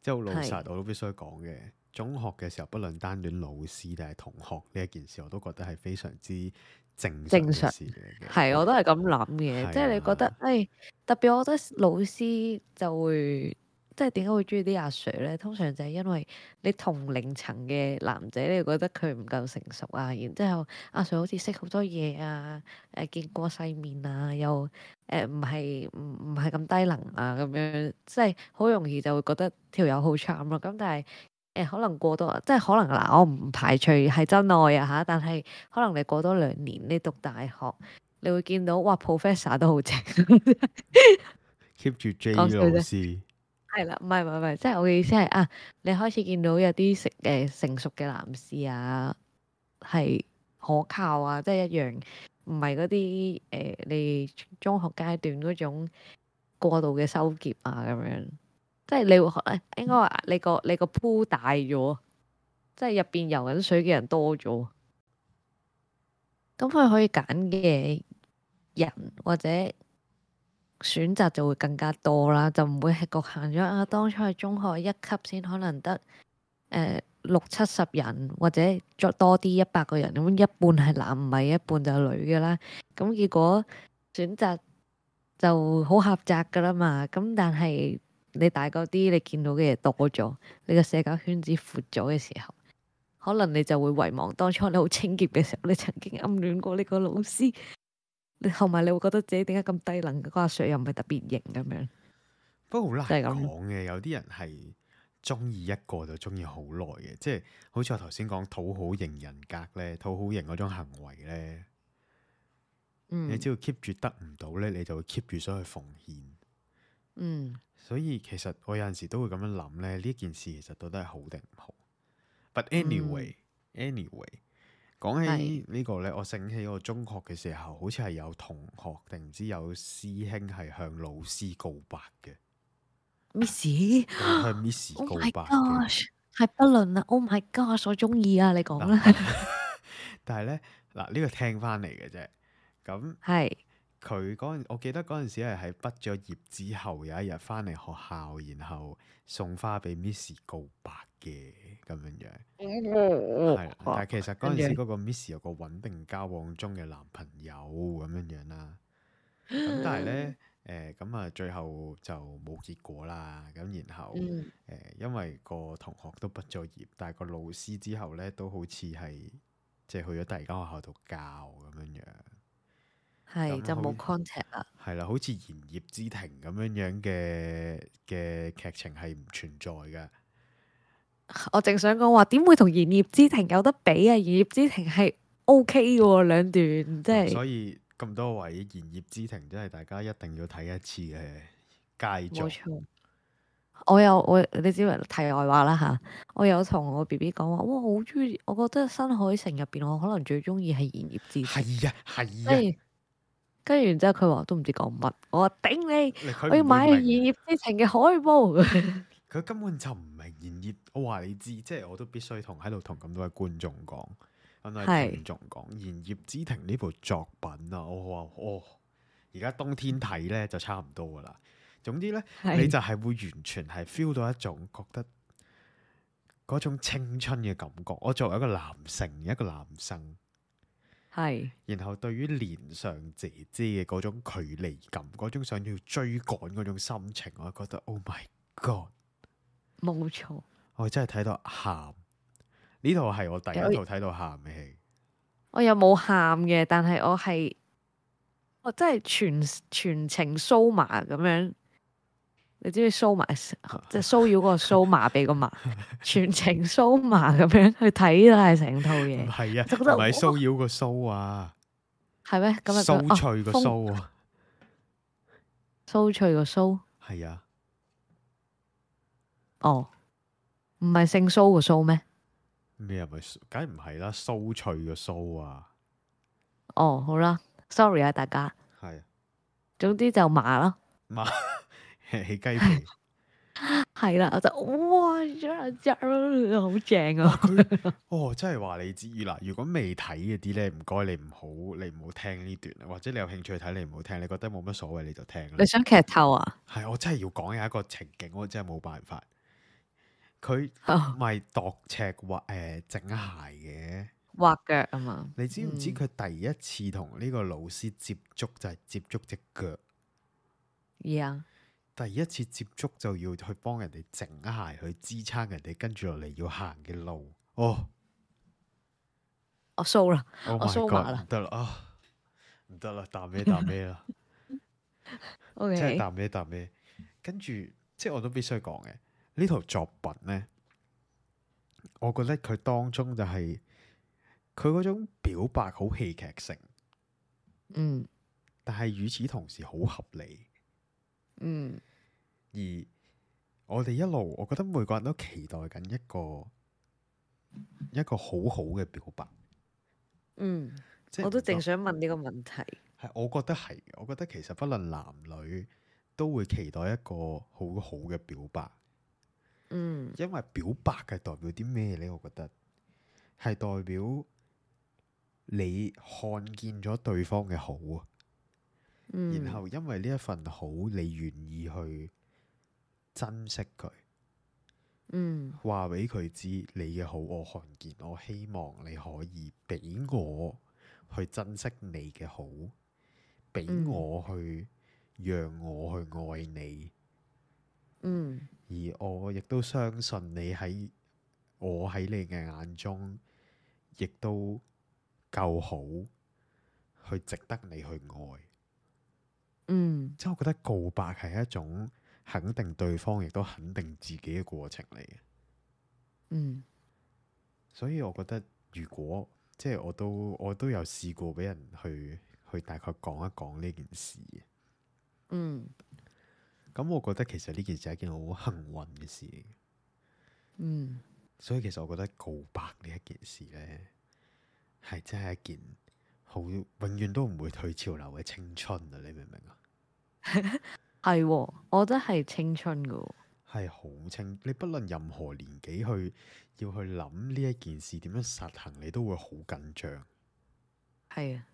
[SPEAKER 1] 即係好老實
[SPEAKER 2] 係
[SPEAKER 1] 我都必須講嘅。中學嘅時候，不論單戀老師定係同學呢一件事，我都覺得係非常之正
[SPEAKER 2] 正
[SPEAKER 1] 常
[SPEAKER 2] 常
[SPEAKER 1] 嘅事嚟嘅。
[SPEAKER 2] 係，我都係咁諗
[SPEAKER 1] 係啊
[SPEAKER 2] 嘅，即係你覺得，誒特別，我覺得老師就會，即係點解會中意啲阿 Sir 咧？通常就係因為你同齡層嘅男仔，你覺得佢唔夠成熟啊，然之後阿 Sir 好似識好多嘢啊，誒見過世面啊，又誒唔係唔唔係咁低能啊咁樣，即係好容易就會覺得條友好慘咯。咁但係誒、可能過多，即係可能嗱，我唔排除係真愛啊嚇，但係可能你過多兩年，你讀大學。你會見到哇，professor 都好正， (laughs)
[SPEAKER 1] keep 住 J 老
[SPEAKER 2] 講笑啫
[SPEAKER 1] 師，
[SPEAKER 2] 係啦，唔係唔係唔係，即係我嘅意思係啊，你開始見到有啲成誒成熟嘅男士啊，係可靠啊，即係一樣，唔係嗰啲誒你中學階段嗰種過度嘅收結啊咁樣，即係你會學誒應該話你個你個 pool 大咗，即係入邊游緊水嘅人多咗，咁佢可以揀嘅人或者。選擇就會更加多啦，就唔會係局限咗啊。當初係中學一級先可能得誒、呃六七十人或者再多啲一百個人咁，一半係男唔係一半就係女嘅啦。咁結果選擇就好狹窄噶啦嘛。咁但係你大個啲，你見到嘅嘢多咗，你個社交圈子闊咗嘅時候，可能你就會遺忘當初你好清潔嘅時候，你曾經暗戀過呢個老師。你同埋你會覺得自己點解咁低能嘅？嗰阿 Sir 又唔係特別型咁樣，
[SPEAKER 1] 不過好
[SPEAKER 2] 就
[SPEAKER 1] 難
[SPEAKER 2] 係咁
[SPEAKER 1] 講嘅。有啲人係中意一個就中意好耐嘅，即係好似我頭先講討好型人格咧，討好型嗰種行為咧，你
[SPEAKER 2] 嗯
[SPEAKER 1] 只要 keep 住得唔到咧，你就會 keep 住想去奉獻。
[SPEAKER 2] 嗯
[SPEAKER 1] 所以其實我有陣時都會咁樣諗咧，呢件事其實到底係好定唔好。But
[SPEAKER 2] 嗯
[SPEAKER 1] anyway，anyway，講、起呢個咧，我醒起我中學嘅時候，好似係有同學定唔知有師兄係向老師告白嘅，
[SPEAKER 2] ，Miss
[SPEAKER 1] 定
[SPEAKER 2] (gasps)
[SPEAKER 1] 向 Miss
[SPEAKER 2] ，Oh
[SPEAKER 1] 告
[SPEAKER 2] my
[SPEAKER 1] 白嘅。
[SPEAKER 2] gosh，係不倫啊！Oh my gosh，我中意啊！你講啦，
[SPEAKER 1] 但係咧，嗱呢個聽翻嚟嘅啫。咁
[SPEAKER 2] (laughs) 係
[SPEAKER 1] 佢嗰陣，我記得嗰陣時係喺畢咗業之後有一日翻嚟學校，然後送花俾 Miss 告白嘅咁樣樣。
[SPEAKER 2] (laughs)
[SPEAKER 1] 係啦，但係其實嗰
[SPEAKER 2] 哦啊跟
[SPEAKER 1] 陣時
[SPEAKER 2] 住
[SPEAKER 1] 嗰個 Miss 有個穩定交往中嘅男朋友咁樣樣啦，咁但係
[SPEAKER 2] 嗯
[SPEAKER 1] 咧，誒咁啊最後就冇結果啦，咁然後誒、
[SPEAKER 2] 嗯
[SPEAKER 1] 因為個同學都畢咗業，但係個老師之後咧都好似係即係去咗第二間學校度教咁樣樣，
[SPEAKER 2] 係
[SPEAKER 1] 咁
[SPEAKER 2] 就
[SPEAKER 1] 好
[SPEAKER 2] 冇 contact 啦，
[SPEAKER 1] 係啦，好似言葉之庭咁樣樣嘅嘅劇情係唔存在嘅。
[SPEAKER 2] 我正想講話點會同言葉之庭有得比啊？言葉之庭係 OK 嘅喎，兩段即
[SPEAKER 1] 咁
[SPEAKER 2] 係
[SPEAKER 1] 所以咁多位言葉之庭，真係大家一定要睇一次嘅佳作
[SPEAKER 2] 冇。錯。我有我你知唔題外話啦吓，我有同我 B B 講話，哇，我好中意，我覺得新海誠入邊我可能最中意係言葉之庭。
[SPEAKER 1] 係啊，係啊，
[SPEAKER 2] 跟住跟住然之後，佢話都唔知講乜，我話頂你，
[SPEAKER 1] 你佢
[SPEAKER 2] 我要
[SPEAKER 1] 唔
[SPEAKER 2] 買
[SPEAKER 1] 會
[SPEAKER 2] 《
[SPEAKER 1] 明
[SPEAKER 2] 言葉之情》嘅海報。 (laughs)
[SPEAKER 1] 佢根本就唔明言葉。我話你知，即係我都必須同喺度同咁多位觀眾講，咁多位
[SPEAKER 2] 係
[SPEAKER 1] 聽眾講，言葉之庭呢部作品啊，我話哦，而家冬天睇咧就差唔多噶啦。總之咧，你
[SPEAKER 2] 係
[SPEAKER 1] 就係會完全係 feel 到一種覺得嗰種青春嘅感覺。我作為一個男性，一個男生。
[SPEAKER 2] 係
[SPEAKER 1] 然後對於年上姐姐嘅嗰種距離感，嗰種想要追趕嗰種心情，我覺得 Oh my God！
[SPEAKER 2] 冇錯，
[SPEAKER 1] 我真係睇到喊，呢套係我第一
[SPEAKER 2] 有
[SPEAKER 1] 套睇到喊嘅戲，
[SPEAKER 2] 我又冇喊嘅，但係我係我真係全全程酥麻咁樣。你知唔知酥麻即係騷擾嗰個酥麻俾個麻，全程酥麻咁樣去睇啦，係成套
[SPEAKER 1] 唔
[SPEAKER 2] 嘢
[SPEAKER 1] 係啊，
[SPEAKER 2] 就覺得
[SPEAKER 1] 唔係
[SPEAKER 2] 哇
[SPEAKER 1] 騷擾個騷啊，
[SPEAKER 2] 係咩？咁啊真
[SPEAKER 1] 騷
[SPEAKER 2] 哦
[SPEAKER 1] 脆個
[SPEAKER 2] 風
[SPEAKER 1] 騷啊，
[SPEAKER 2] 酥脆個酥
[SPEAKER 1] 係啊，
[SPEAKER 2] 哦，唔係姓蘇個蘇咩？
[SPEAKER 1] 咩啊咪，梗係唔係啦，騷脆個騷啊，
[SPEAKER 2] 哦，好啦，sorry 啊，大家。
[SPEAKER 1] 係啊
[SPEAKER 2] 總之就麻啦，
[SPEAKER 1] 嘛，起雞皮。
[SPEAKER 2] 係啦，我就哇，好正
[SPEAKER 1] (laughs)
[SPEAKER 2] 啊！
[SPEAKER 1] 佢哦，真係話你知嗱，如果未睇嗰啲咧，唔該你唔好，你唔好聽呢段，啊或者你有興趣睇，你唔好聽，你覺得冇乜所謂你就聽啦
[SPEAKER 2] 你。想劇透啊？
[SPEAKER 1] 係，我真係要講有一個情景，我真係冇辦法。佢
[SPEAKER 2] 哦
[SPEAKER 1] 咪度尺或誒整鞋嘅，
[SPEAKER 2] 畫腳啊嘛，
[SPEAKER 1] 你知唔知
[SPEAKER 2] 嗯
[SPEAKER 1] 佢第一次同呢個老師接觸就係接觸只腳，
[SPEAKER 2] 呀，
[SPEAKER 1] 第一次接觸就要去幫人哋整鞋去支撐人哋跟住落嚟要行嘅路。哦
[SPEAKER 2] 我掃啦，
[SPEAKER 1] ，Oh
[SPEAKER 2] (laughs) 我
[SPEAKER 1] my
[SPEAKER 2] 酥麻
[SPEAKER 1] god，
[SPEAKER 2] 啦
[SPEAKER 1] 唔得啦啊，唔得啦，啖咩啖咩啦，
[SPEAKER 2] ，O
[SPEAKER 1] 真係
[SPEAKER 2] K，
[SPEAKER 1] 啖咩啖咩。跟住即係我都必須講嘅呢套作品呢，我覺得佢當中就係佢嗰種表白好戲劇性，
[SPEAKER 2] 嗯
[SPEAKER 1] 但係與此同時好合理。
[SPEAKER 2] 嗯
[SPEAKER 1] 而我哋一路，我覺得每個人都期待緊一個一個好好嘅表白，
[SPEAKER 2] 嗯，
[SPEAKER 1] 即係
[SPEAKER 2] 我都
[SPEAKER 1] 唔得
[SPEAKER 2] 正想問呢個問題，
[SPEAKER 1] 係，我覺得係，我覺得其實不論男女都會期待一個好好嘅表白，
[SPEAKER 2] 嗯
[SPEAKER 1] 因為表白係代表啲咩呢？我覺得係代表你看見咗對方嘅好啊，
[SPEAKER 2] 嗯，
[SPEAKER 1] 然後因為呢一份好，你願意去珍惜佢。
[SPEAKER 2] 嗯
[SPEAKER 1] 話俾佢知你嘅好，我看見，我希望你可以俾我去珍惜你嘅好，俾
[SPEAKER 2] 嗯
[SPEAKER 1] 我去讓我去愛你，
[SPEAKER 2] 嗯
[SPEAKER 1] 而我亦都相信你喺我喺你嘅眼中，亦都夠好，去值得你去愛。
[SPEAKER 2] 嗯
[SPEAKER 1] 即係我覺得告白係一種肯定對方，亦都肯定自己嘅過程嚟嘅。
[SPEAKER 2] 嗯
[SPEAKER 1] 所以我覺得，如果即係我都我都有試過俾人去去大概講一講呢件事嘅
[SPEAKER 2] 嗯
[SPEAKER 1] 咁我覺得其實呢件事係一件好幸運嘅事嚟嘅。
[SPEAKER 2] 嗯，
[SPEAKER 1] 所以其實我覺得告白呢一件事呢，係真係一件好永遠都唔會退潮流嘅青春啊！你明唔明啊？
[SPEAKER 2] 係喎，我覺得係青春噶，
[SPEAKER 1] 係好清，你不論任何年紀去要去諗呢一件事點樣實行，你都會好緊張。
[SPEAKER 2] 係啊，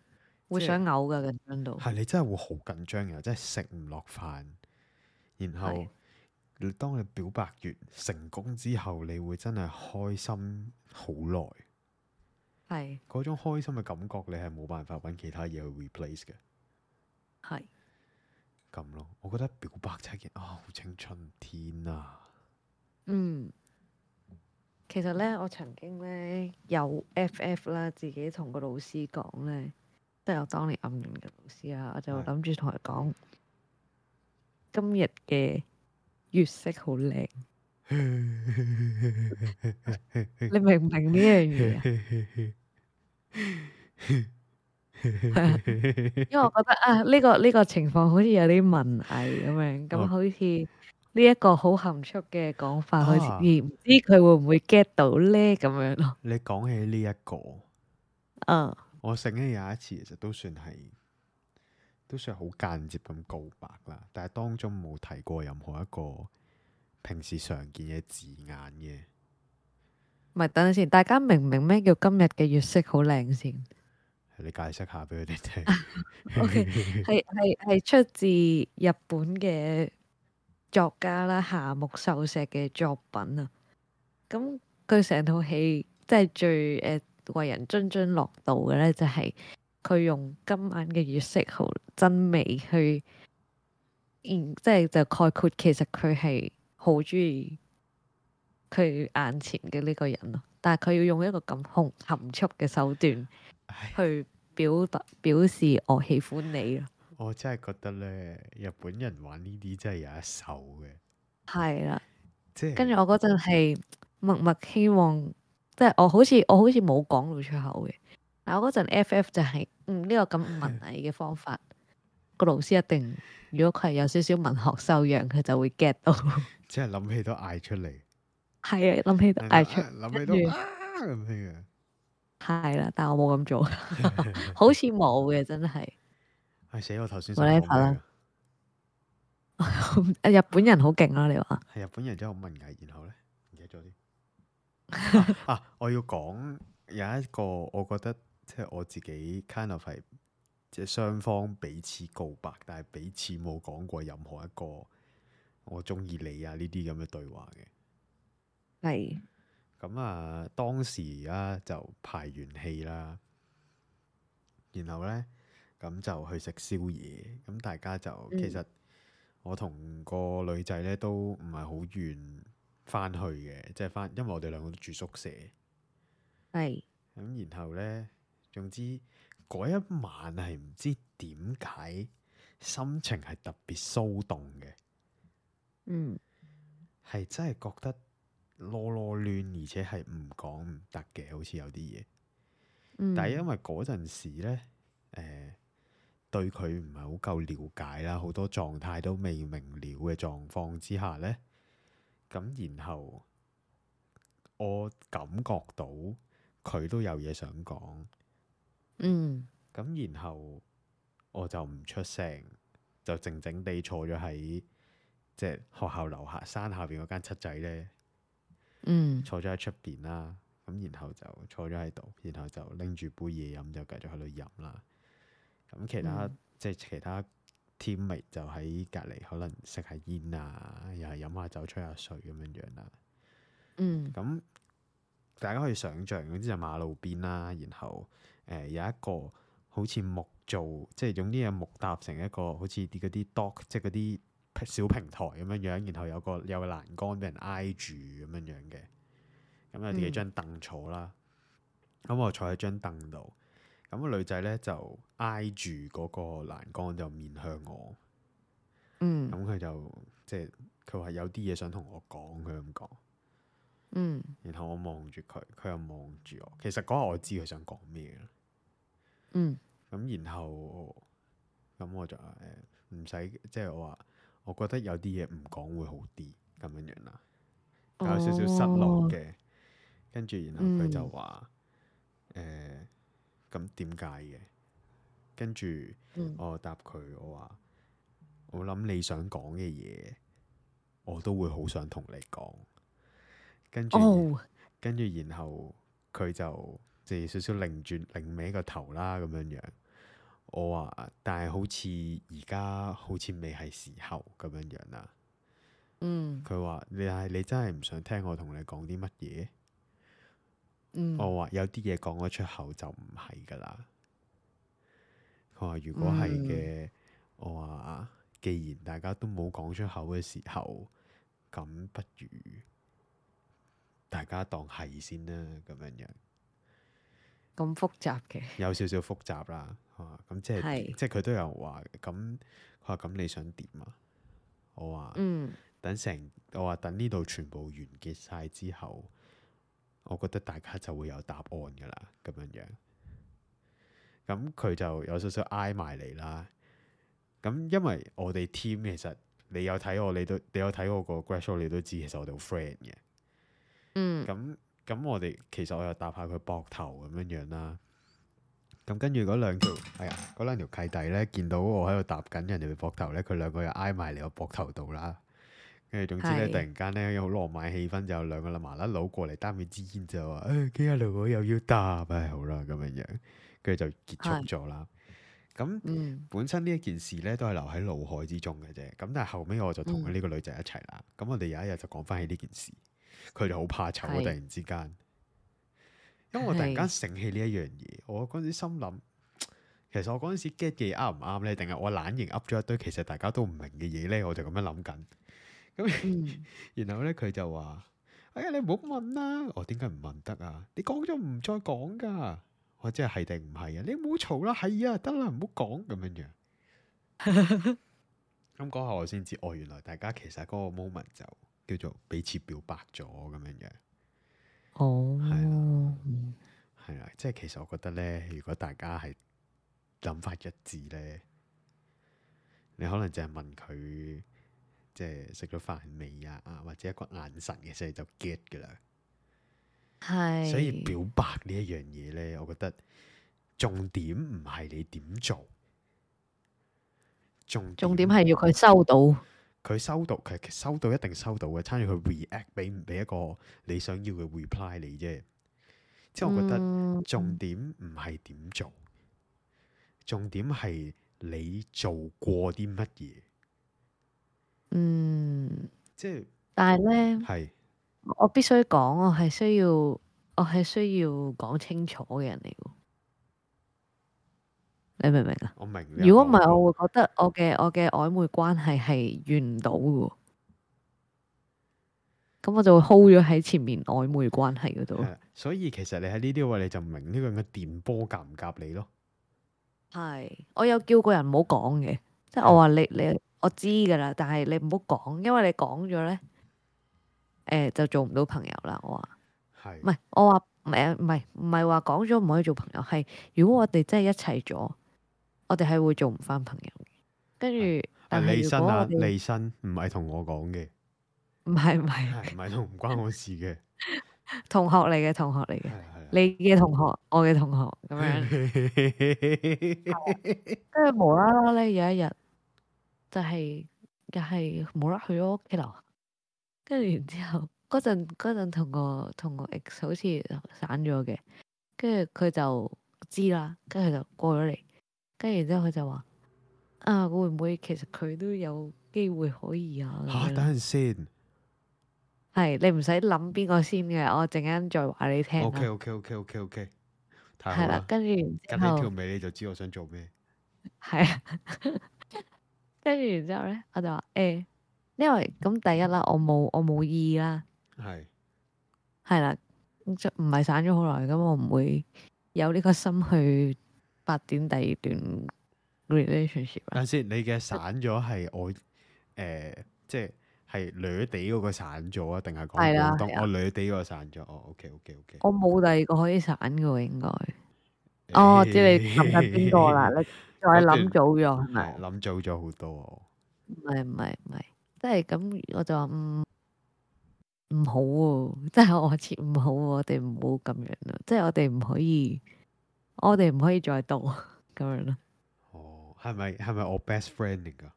[SPEAKER 2] 會
[SPEAKER 1] 即係
[SPEAKER 2] 想嘔噶緊張到，
[SPEAKER 1] 係你真係會好緊張，然後真係食唔落飯，然後
[SPEAKER 2] 係
[SPEAKER 1] 你當你表白完成功之後，你會真係開心好耐，
[SPEAKER 2] 係
[SPEAKER 1] 嗰種開心嘅感覺你係冇辦法揾其他嘢去 replace 嘅
[SPEAKER 2] 係
[SPEAKER 1] 咁咯。我覺得表白真係件啊好青春天
[SPEAKER 2] (laughs)
[SPEAKER 1] 啊！
[SPEAKER 2] 嗯，其實咧，我曾經咧有 FF 啦，自己同個老師講咧，即係我當年暗戀嘅老師啊，我就
[SPEAKER 1] 係
[SPEAKER 2] 諗住同佢講，今日嘅月色好靚，你明唔明呢樣嘢啊？因為我覺得啊，呢、個呢、個情況好似有啲文藝咁樣，
[SPEAKER 1] 哦
[SPEAKER 2] 咁好似呢一個好含蓄嘅講法，好似
[SPEAKER 1] 啊
[SPEAKER 2] 而唔知佢會唔會 get 到咧咁樣咯。
[SPEAKER 1] 你講起呢、一個。
[SPEAKER 2] 嗯
[SPEAKER 1] 我醒起有一次，其實都算係都算好間接咁告白啦，但係當中冇提過任何一個平時常見嘅字眼嘅。
[SPEAKER 2] 咪等陣先，大家明唔明咩叫今日嘅月色好靚先？
[SPEAKER 1] 你解釋下俾佢哋
[SPEAKER 2] (laughs)
[SPEAKER 1] 聽。
[SPEAKER 2] OK，係係係出自日本嘅作家啦，夏目漱石嘅作品啊。咁佢成套戲即係最誒、呃、為人津津樂道嘅咧，就係、佢用今晚嘅月色好真美去，嗯即係就概括其實佢係好中意佢眼前嘅呢個人咯，但係佢要用一個咁含含蓄嘅手段
[SPEAKER 1] 唉
[SPEAKER 2] 去表白表示我喜歡你啊咯，
[SPEAKER 1] 我真係覺得呢，日本人玩呢啲真係有一手嘅，
[SPEAKER 2] 係啦。
[SPEAKER 1] 即係
[SPEAKER 2] 跟住我嗰陣係默默希望，即係我好似我好似冇講到出口嘅。但我嗰陣 FF 就係、嗯呢、個咁文藝嘅方法，個老師一定如果佢係有少少文學修養，佢就會 get 到。
[SPEAKER 1] 即係諗起都嗌出嚟，
[SPEAKER 2] 係啊，諗起都嗌出，
[SPEAKER 1] 啊諗起都
[SPEAKER 2] 跟住
[SPEAKER 1] 啊咁樣嘅。
[SPEAKER 2] 係啦，但我冇咁
[SPEAKER 1] (laughs)
[SPEAKER 2] 做， (laughs) 好似冇嘅，真係。
[SPEAKER 1] 唉死！我頭先想講
[SPEAKER 2] Whatever 啦
[SPEAKER 1] 咩啊
[SPEAKER 2] 日本人好勁啊啦，你話
[SPEAKER 1] 係啊日本人真係好文藝，然後呢，唔記得咗啲啊啊我要講有一個，我覺得即係我自己 kind of 係即係雙方彼此告白，但係彼此冇講過任何一個我中意你啊呢啲咁嘅對話嘅。
[SPEAKER 2] 係
[SPEAKER 1] 咁咁啊，當時啊就排完戲啦，然後呢，咁就去食宵夜。咁大家就
[SPEAKER 2] 嗯
[SPEAKER 1] 其實我同個女仔呢都唔係好願翻去嘅，即係翻，因為我哋兩個都住宿舍。
[SPEAKER 2] 係
[SPEAKER 1] 咁然後呢，總之嗰一晚係唔知點解心情係特別騷動嘅。
[SPEAKER 2] 嗯
[SPEAKER 1] 係真係覺得囉囉攣，而且係唔講唔得嘅，好似有啲嘢。
[SPEAKER 2] 嗯，
[SPEAKER 1] 但係因為嗰陣時咧，誒、對佢唔係好夠了解啦，好多狀態都未明了嘅狀況之下咧，咁然後我感覺到佢都有嘢想講，
[SPEAKER 2] 嗯
[SPEAKER 1] 咁然後我就唔出聲，就靜靜地坐咗喺即係學校樓下山下邊嗰間七仔咧。
[SPEAKER 2] 嗯
[SPEAKER 1] 坐咗喺出邊啦，咁然後就坐咗喺度，然後就拎住杯嘢飲就繼續喺度飲啦。咁其他、
[SPEAKER 2] 嗯
[SPEAKER 1] 即係其他 teammate 就喺隔離，可能食下煙啊，又係飲下酒、吹下水咁樣樣啦。
[SPEAKER 2] 嗯
[SPEAKER 1] 咁大家可以想象，總之就馬路邊啦，然後誒、呃有一個好似木造，即係用啲嘢木搭成一個好似啲嗰啲 dock，即係嗰啲小平台咁樣樣，然後有個有個欄杆俾人挨住咁樣樣嘅，咁有幾
[SPEAKER 2] 嗯
[SPEAKER 1] 張凳坐啦，咁、我坐喺張凳度，咁、個女仔咧就挨住嗰個欄杆就面向我，
[SPEAKER 2] 嗯
[SPEAKER 1] 咁佢就即係佢話有啲嘢想同我講，佢咁講。
[SPEAKER 2] 嗯
[SPEAKER 1] 然後我望住佢，佢又望住我。其實嗰日我知佢想講咩啦。
[SPEAKER 2] 嗯
[SPEAKER 1] 咁然後咁我就話誒唔使，即係我話我覺得有啲嘢唔講會好啲咁樣樣啦，有少少失落
[SPEAKER 2] 哦
[SPEAKER 1] 嘅。跟住然後佢就
[SPEAKER 2] 嗯
[SPEAKER 1] 話誒咁點解嘅？跟住
[SPEAKER 2] 嗯
[SPEAKER 1] 我答佢，我話我諗你想講嘅嘢，我都會好想同你講。跟住
[SPEAKER 2] 哦
[SPEAKER 1] 跟住然後佢就即係少少擰轉擰歪個頭啦咁樣樣。我話，但係好似而家好似未係時候咁樣樣啦。
[SPEAKER 2] 嗯
[SPEAKER 1] 佢話：你係你真係唔想聽我同你講啲乜嘢？
[SPEAKER 2] 嗯
[SPEAKER 1] 我話有啲嘢講咗出口就唔係㗎啦。佢話如果係嘅，我話既然大家都冇講出口嘅時候，咁不如大家當係先啦咁樣樣。
[SPEAKER 2] 咁複雜嘅，
[SPEAKER 1] 有少少複雜啦，啊咁即係
[SPEAKER 2] 係
[SPEAKER 1] 即係佢都有話咁，佢話咁你想點啊？我話
[SPEAKER 2] 嗯
[SPEAKER 1] 等成，我話等呢度全部完結晒之後，我覺得大家就會有答案㗎啦，咁樣樣。咁佢就有少少挨埋嚟啦。咁因為我哋 team 其實你有睇我，你都你有睇我個 grad show，你都知其實我哋好 friend 嘅。
[SPEAKER 2] 嗯
[SPEAKER 1] 咁咁我哋其實我又搭下佢膊頭咁樣樣啦。咁跟住嗰兩條，哎呀，嗰兩條契弟咧，見到我喺度搭緊人哋嘅膊頭咧，佢兩個又挨埋嚟我膊頭度啦。跟住總之咧，
[SPEAKER 2] 係
[SPEAKER 1] 突然間咧有好浪漫氣氛，就有兩個麻甩佬過嚟擔住支煙就話：，誒、幾廿路我又要搭，唉，好啦咁樣樣，跟住就結束咗啦。咁
[SPEAKER 2] 嗯
[SPEAKER 1] 本身呢一件事咧都係留喺腦海之中嘅啫。咁但係後尾我就同佢
[SPEAKER 2] 嗯
[SPEAKER 1] 呢個女仔一齊啦。咁、我哋有一日就講翻起呢件事，佢就好怕醜啊！
[SPEAKER 2] 係
[SPEAKER 1] 突然之間，因為我突然間
[SPEAKER 2] 係
[SPEAKER 1] 醒起呢一樣嘢，我嗰陣時心諗，其實我嗰陣時 get 嘅嘢啱唔啱咧，定係我懶型噏咗一堆其實大家都唔明嘅嘢咧，我就咁樣諗緊。
[SPEAKER 2] 嗯
[SPEAKER 1] 然後咧佢就話：，哎呀，你唔好問啦，我點解唔問得啊？你講咗唔再講噶，我真係係定唔係啊？你唔好嘈啦，係啊，得啦，唔好講咁樣樣。咁嗰下我先知，哦，原來大家其實嗰個 moment 就叫做彼此表白咗咁樣樣，
[SPEAKER 2] 哦
[SPEAKER 1] 係啦係啦，即係其實我覺得咧，如果大家係諗法一致咧，你可能淨係問佢，即係食咗飯未啊，或者一個眼神嘅，所以就 get 噶啦。
[SPEAKER 2] 係，
[SPEAKER 1] 所以表白呢一樣嘢呢，我覺得重點唔係你點做，重
[SPEAKER 2] 重點係要佢收到，
[SPEAKER 1] 佢收到，佢佢收到一定收到嘅，參與佢 react 俾唔俾一個你想要嘅 reply 你啫。即係我覺得
[SPEAKER 2] 嗯
[SPEAKER 1] 重點唔係點做，重點係你做過啲乜嘢，
[SPEAKER 2] 嗯，
[SPEAKER 1] 即係
[SPEAKER 2] 但係咧，
[SPEAKER 1] 係
[SPEAKER 2] 我必須講，我係需要，我係需要講清楚嘅人嚟嘅。你明唔明啊？
[SPEAKER 1] 我明你有
[SPEAKER 2] 如果唔係，
[SPEAKER 1] 講
[SPEAKER 2] 我會覺得我嘅我嘅曖昧關係係完唔到嘅喎。咁我就會 hold 咗喺前面曖昧關係嗰度
[SPEAKER 1] 過，。係啦所以其實你喺呢啲位你就唔明呢個人嘅電波夾唔夾你咯。
[SPEAKER 2] 係，我有叫過人唔好講嘅，即係我話你你我知㗎啦，但係你唔好講，因為你講咗咧，誒、就做唔到朋友啦。我話
[SPEAKER 1] 係
[SPEAKER 2] 唔係，我話誒唔係唔係話講咗唔可以做朋友，係如果我哋真係一齊咗，我哋係會做唔翻朋友嘅。跟住，
[SPEAKER 1] 係
[SPEAKER 2] 但係
[SPEAKER 1] 利
[SPEAKER 2] 如
[SPEAKER 1] 申
[SPEAKER 2] 果
[SPEAKER 1] 啊，
[SPEAKER 2] 我哋
[SPEAKER 1] 利申唔係同我講
[SPEAKER 2] (laughs)
[SPEAKER 1] 嘅，
[SPEAKER 2] 唔係唔係
[SPEAKER 1] 係唔係同唔關我事
[SPEAKER 2] (laughs)
[SPEAKER 1] 嘅，
[SPEAKER 2] 同學嚟嘅同學嚟
[SPEAKER 1] 係，
[SPEAKER 2] 嘅
[SPEAKER 1] 係
[SPEAKER 2] 你嘅同學，我嘅同學咁樣。
[SPEAKER 1] (laughs) 係。
[SPEAKER 2] 跟住無啦啦咧，有一日就係、又係無啦啦去咗屋企樓下，跟住然之後嗰陣嗰陣同個同個 ex 好似散咗嘅，跟住佢就知啦，跟住佢就過咗嚟，跟住然之後佢就話啊會唔會其實佢都有機會可以啊咁
[SPEAKER 1] 吓，
[SPEAKER 2] 樣
[SPEAKER 1] 等陣先。
[SPEAKER 2] 係你唔使諗邊個先嘅，我陣間再話你聽啊
[SPEAKER 1] O K
[SPEAKER 2] 啦。
[SPEAKER 1] O K O K O K O K，太好
[SPEAKER 2] 係啦
[SPEAKER 1] 啦，。
[SPEAKER 2] 跟住
[SPEAKER 1] 咁
[SPEAKER 2] 然之
[SPEAKER 1] 呢
[SPEAKER 2] 後
[SPEAKER 1] 條。尾你就知我想做咩。
[SPEAKER 2] 系啊， (laughs) 跟住然之後咧，我就話诶、因為咁第一啦，我冇我冇意啦，
[SPEAKER 1] 係
[SPEAKER 2] 係啦，咁就唔係散咗好耐，咁我唔會有呢個心去發展第二段 relationship 啊 (laughs) 啦。
[SPEAKER 1] 等陣先，你嘅散咗係我誒，即係係掠地嗰個散咗啊，定係講
[SPEAKER 2] 係啦
[SPEAKER 1] 廣
[SPEAKER 2] 係
[SPEAKER 1] 東？
[SPEAKER 2] 啦
[SPEAKER 1] 我掠地嗰個散咗。哦，O K O K O K。
[SPEAKER 2] 我冇第二個可以散嘅喎，應該。哦，我知你諗緊邊個
[SPEAKER 1] (laughs)
[SPEAKER 2] 啦？你再
[SPEAKER 1] 嗰
[SPEAKER 2] 諗
[SPEAKER 1] 段
[SPEAKER 2] 早咗係咪
[SPEAKER 1] 係？諗早咗好多啊。
[SPEAKER 2] 唔係唔係唔係，即係咁，我就話嗯唔好喎、 (laughs) 即係我切唔好喎、我哋唔好咁樣咯，即係我哋唔可以，我哋唔可以再度 (laughs) 咁樣咯。
[SPEAKER 1] 哦，係咪係咪我 best friend 嚟㗎？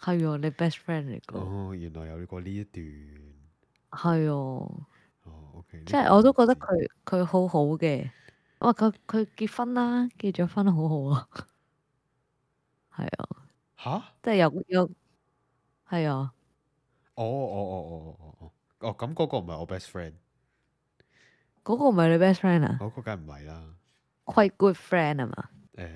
[SPEAKER 2] 係喎、你 best friend 嚟噶，
[SPEAKER 1] 哦，原來有過呢一段。
[SPEAKER 2] 係喎、
[SPEAKER 1] 哦，O K。
[SPEAKER 2] 即係我都覺得佢佢好好嘅，哇！佢佢結婚啦，結咗婚好好啊， (laughs) 係啊，
[SPEAKER 1] 吓。
[SPEAKER 2] 即係有有係啊，
[SPEAKER 1] 哦哦哦哦哦哦，哦咁嗰個唔係我 best
[SPEAKER 2] (laughs)
[SPEAKER 1] friend，
[SPEAKER 2] 嗰、個唔係你 best friend 啊
[SPEAKER 1] 嗰個梗唔係啦。
[SPEAKER 2] ，quite good friend 啊嘛？
[SPEAKER 1] 誒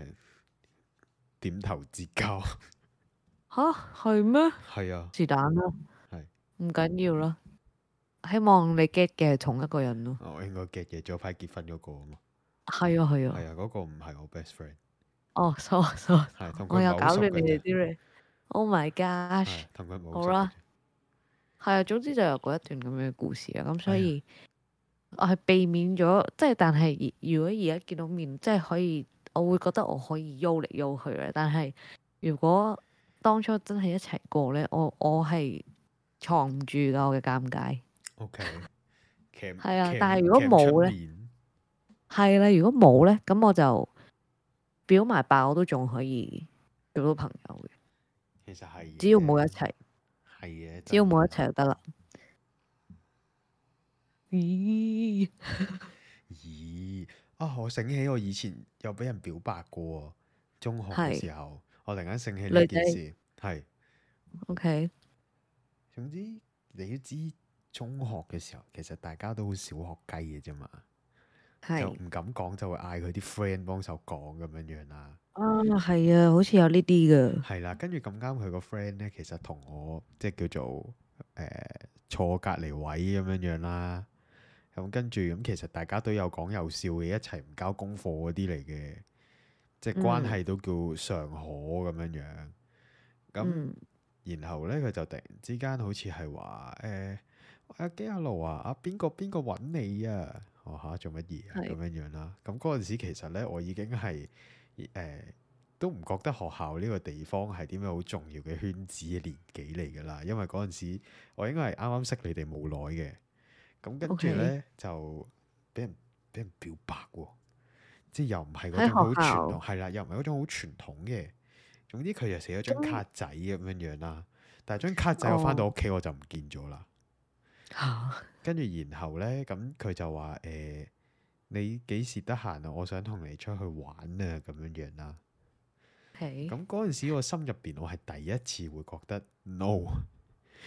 [SPEAKER 1] 點頭之交， (laughs)
[SPEAKER 2] 吓？係咩？
[SPEAKER 1] 係啊，
[SPEAKER 2] 是但啦，
[SPEAKER 1] 係
[SPEAKER 2] 唔緊要啦。希望你 get 嘅係同一個人咯。
[SPEAKER 1] 我哦應該 get 嘅，早排結婚嗰個啊嘛，
[SPEAKER 2] 係啊，係啊。
[SPEAKER 1] 係啊，嗰個唔係我 best friend，
[SPEAKER 2] 哦，sorry sorry，
[SPEAKER 1] 係同佢
[SPEAKER 2] 我
[SPEAKER 1] 唔
[SPEAKER 2] 又
[SPEAKER 1] 係
[SPEAKER 2] 搞
[SPEAKER 1] 好熟
[SPEAKER 2] 亂
[SPEAKER 1] 嘅
[SPEAKER 2] 你哋
[SPEAKER 1] 啫，
[SPEAKER 2] 啲咧。Oh my gosh！
[SPEAKER 1] 係同佢冇
[SPEAKER 2] 好
[SPEAKER 1] 熟嘅
[SPEAKER 2] 啦
[SPEAKER 1] 啫，
[SPEAKER 2] 係啊，總之就有嗰一段咁樣嘅故事啊。咁所
[SPEAKER 1] 哎呀
[SPEAKER 2] 以我係避免咗，即係但係而如果而家見到面，即係可以，我會覺得我可以喐嚟喐去嘅。但係如果當初真係一齊過咧，我我係藏唔住㗎我嘅尷尬。
[SPEAKER 1] OK，鉗
[SPEAKER 2] 係啊
[SPEAKER 1] 鉗
[SPEAKER 2] 但係如果
[SPEAKER 1] 鉗
[SPEAKER 2] 冇
[SPEAKER 1] 出
[SPEAKER 2] 呢
[SPEAKER 1] 面
[SPEAKER 2] 係啦，如果冇咧，咁我就表埋白，我都仲可以做到朋友嘅。
[SPEAKER 1] 其實係嘅，
[SPEAKER 2] 只要冇一齊，
[SPEAKER 1] 係嘅，
[SPEAKER 2] 只要冇一
[SPEAKER 1] 真係
[SPEAKER 2] 齊就得啦。咦？
[SPEAKER 1] 咦啊！我醒起我以前有俾人表白過啊，中學嘅
[SPEAKER 2] 係
[SPEAKER 1] 時候，我突然間醒起呢
[SPEAKER 2] 女
[SPEAKER 1] 件
[SPEAKER 2] 仔
[SPEAKER 1] 事，係。
[SPEAKER 2] ，OK，
[SPEAKER 1] 總之你都知，中學嘅時候其實大家都好小學雞嘅啫嘛，就
[SPEAKER 2] 係
[SPEAKER 1] 唔敢講，就會嗌佢啲 friend 幫手講咁樣樣啦。
[SPEAKER 2] 啊，係啊，好似有呢啲噶。
[SPEAKER 1] 係啦，跟住咁啱佢個 friend 咧，其實同我即係叫做誒、呃坐我隔離位咁樣樣啦。咁跟住咁，其實大家都有講有笑嘅，一齊唔交功課嗰啲嚟嘅，即係關
[SPEAKER 2] 嗯
[SPEAKER 1] 係都叫尚可咁樣樣。咁、
[SPEAKER 2] 嗯，
[SPEAKER 1] 然後咧，佢就突然之間好似係話誒，阿基亞路啊，阿邊個邊個揾你啊？我嚇做乜嘢啊？
[SPEAKER 2] 係
[SPEAKER 1] 咁樣樣啦。咁嗰陣時其實咧，我已經係誒、都唔覺得學校呢個地方係啲咩好重要嘅圈子嘅年紀嚟㗎啦。因為嗰陣時我應該係啱啱識你哋冇耐嘅。咁跟住
[SPEAKER 2] OK
[SPEAKER 1] 咧就俾人俾人表白喎、即係又唔係嗰
[SPEAKER 2] 喺
[SPEAKER 1] 種好
[SPEAKER 2] 學
[SPEAKER 1] 傳
[SPEAKER 2] 校
[SPEAKER 1] 統，係啦，又唔係嗰種好傳統嘅。總之佢又寫咗張
[SPEAKER 2] 咁
[SPEAKER 1] 卡仔咁樣樣啦，但係張卡仔我翻到
[SPEAKER 2] 哦
[SPEAKER 1] 屋企我就唔見咗啦。
[SPEAKER 2] 嚇
[SPEAKER 1] 跟住然後咧，咁佢就話誒、你幾時得閒啊？我想同你出去玩啊，咁樣樣啦。
[SPEAKER 2] ，OK，
[SPEAKER 1] 咁嗰陣時我心入邊我係第一次會覺得 no，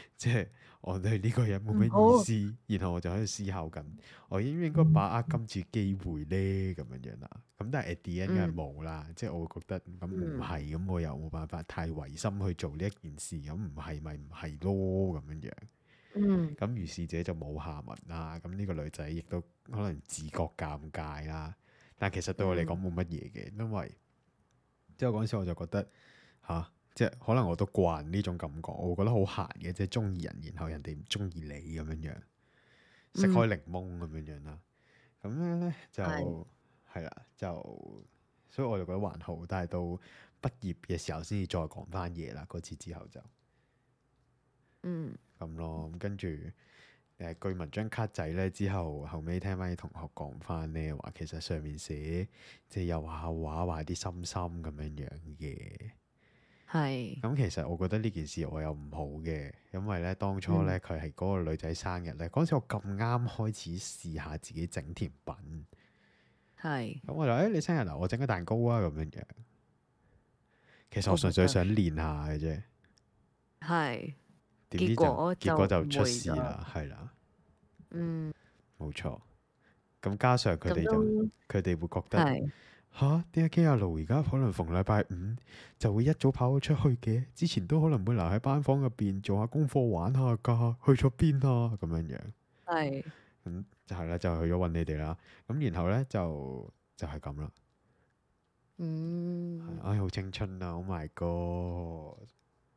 [SPEAKER 1] (laughs) 即係我對呢個人冇
[SPEAKER 2] 唔好
[SPEAKER 1] 乜意思，然後我就喺度思考緊，我應唔應該把握今次機會咧咁樣樣啦。咁但係 at the end 梗係
[SPEAKER 2] 嗯
[SPEAKER 1] 冇啦，即係我會覺得咁唔
[SPEAKER 2] 嗯
[SPEAKER 1] 係，咁我又冇辦法太違心去做呢一件事，咁唔係咪唔係咯咁樣樣。
[SPEAKER 2] 嗯
[SPEAKER 1] 咁如是者就冇下文啦。咁呢個女仔亦都可能自覺尷尬啦。但其實對我嚟講冇乜嘢嘅，因為即係嗰陣時我就覺得吓、即係可能我都慣呢種感覺，我會覺得好閒嘅，即係中意人，然後人哋唔中意你咁樣樣，食開檸檬咁樣樣啦。咁樣咧就
[SPEAKER 2] 係
[SPEAKER 1] 係啦，就所以我就覺得還好，但係到畢業嘅時候先至再講翻嘢啦。嗰次之後就。
[SPEAKER 2] 嗯
[SPEAKER 1] 咁咯，咁跟住誒據文張卡仔咧之後，後尾聽翻啲同學講翻咧話，其實上面寫即係又話畫畫啲心心咁樣樣嘅。
[SPEAKER 2] 係
[SPEAKER 1] 咁其實我覺得呢件事我又唔好嘅，因為咧當初
[SPEAKER 2] 嗯
[SPEAKER 1] 咧佢係嗰個女仔生日咧，嗰陣時我咁啱開始試下自己整甜
[SPEAKER 2] 嗯
[SPEAKER 1] 品，
[SPEAKER 2] 係
[SPEAKER 1] 咁我就誒、欸你生日啊，我整個蛋糕啊咁樣樣。其實我
[SPEAKER 2] Oh my
[SPEAKER 1] 純粹
[SPEAKER 2] gosh
[SPEAKER 1] 想練下嘅啫，
[SPEAKER 2] 係
[SPEAKER 1] 點知
[SPEAKER 2] 結果
[SPEAKER 1] 結果
[SPEAKER 2] 就
[SPEAKER 1] 就出
[SPEAKER 2] 唔會
[SPEAKER 1] 事
[SPEAKER 2] 咗
[SPEAKER 1] 啦，係啦。
[SPEAKER 2] 嗯
[SPEAKER 1] 冇錯。咁加上佢哋
[SPEAKER 2] 咁
[SPEAKER 1] 就
[SPEAKER 2] 都
[SPEAKER 1] 佢哋會覺得
[SPEAKER 2] 係
[SPEAKER 1] 吓，點解 K 阿盧而家可能逢禮拜五就會一早跑咗出去嘅？之前都可能會留喺班房入邊做下功課、玩下㗎，去咗邊啊？咁樣樣
[SPEAKER 2] 係
[SPEAKER 1] 咁就係啦，就去咗揾你哋啦。咁然後呢，就就係咁啦。
[SPEAKER 2] 嗯
[SPEAKER 1] 唉，好青春啊！Oh my god！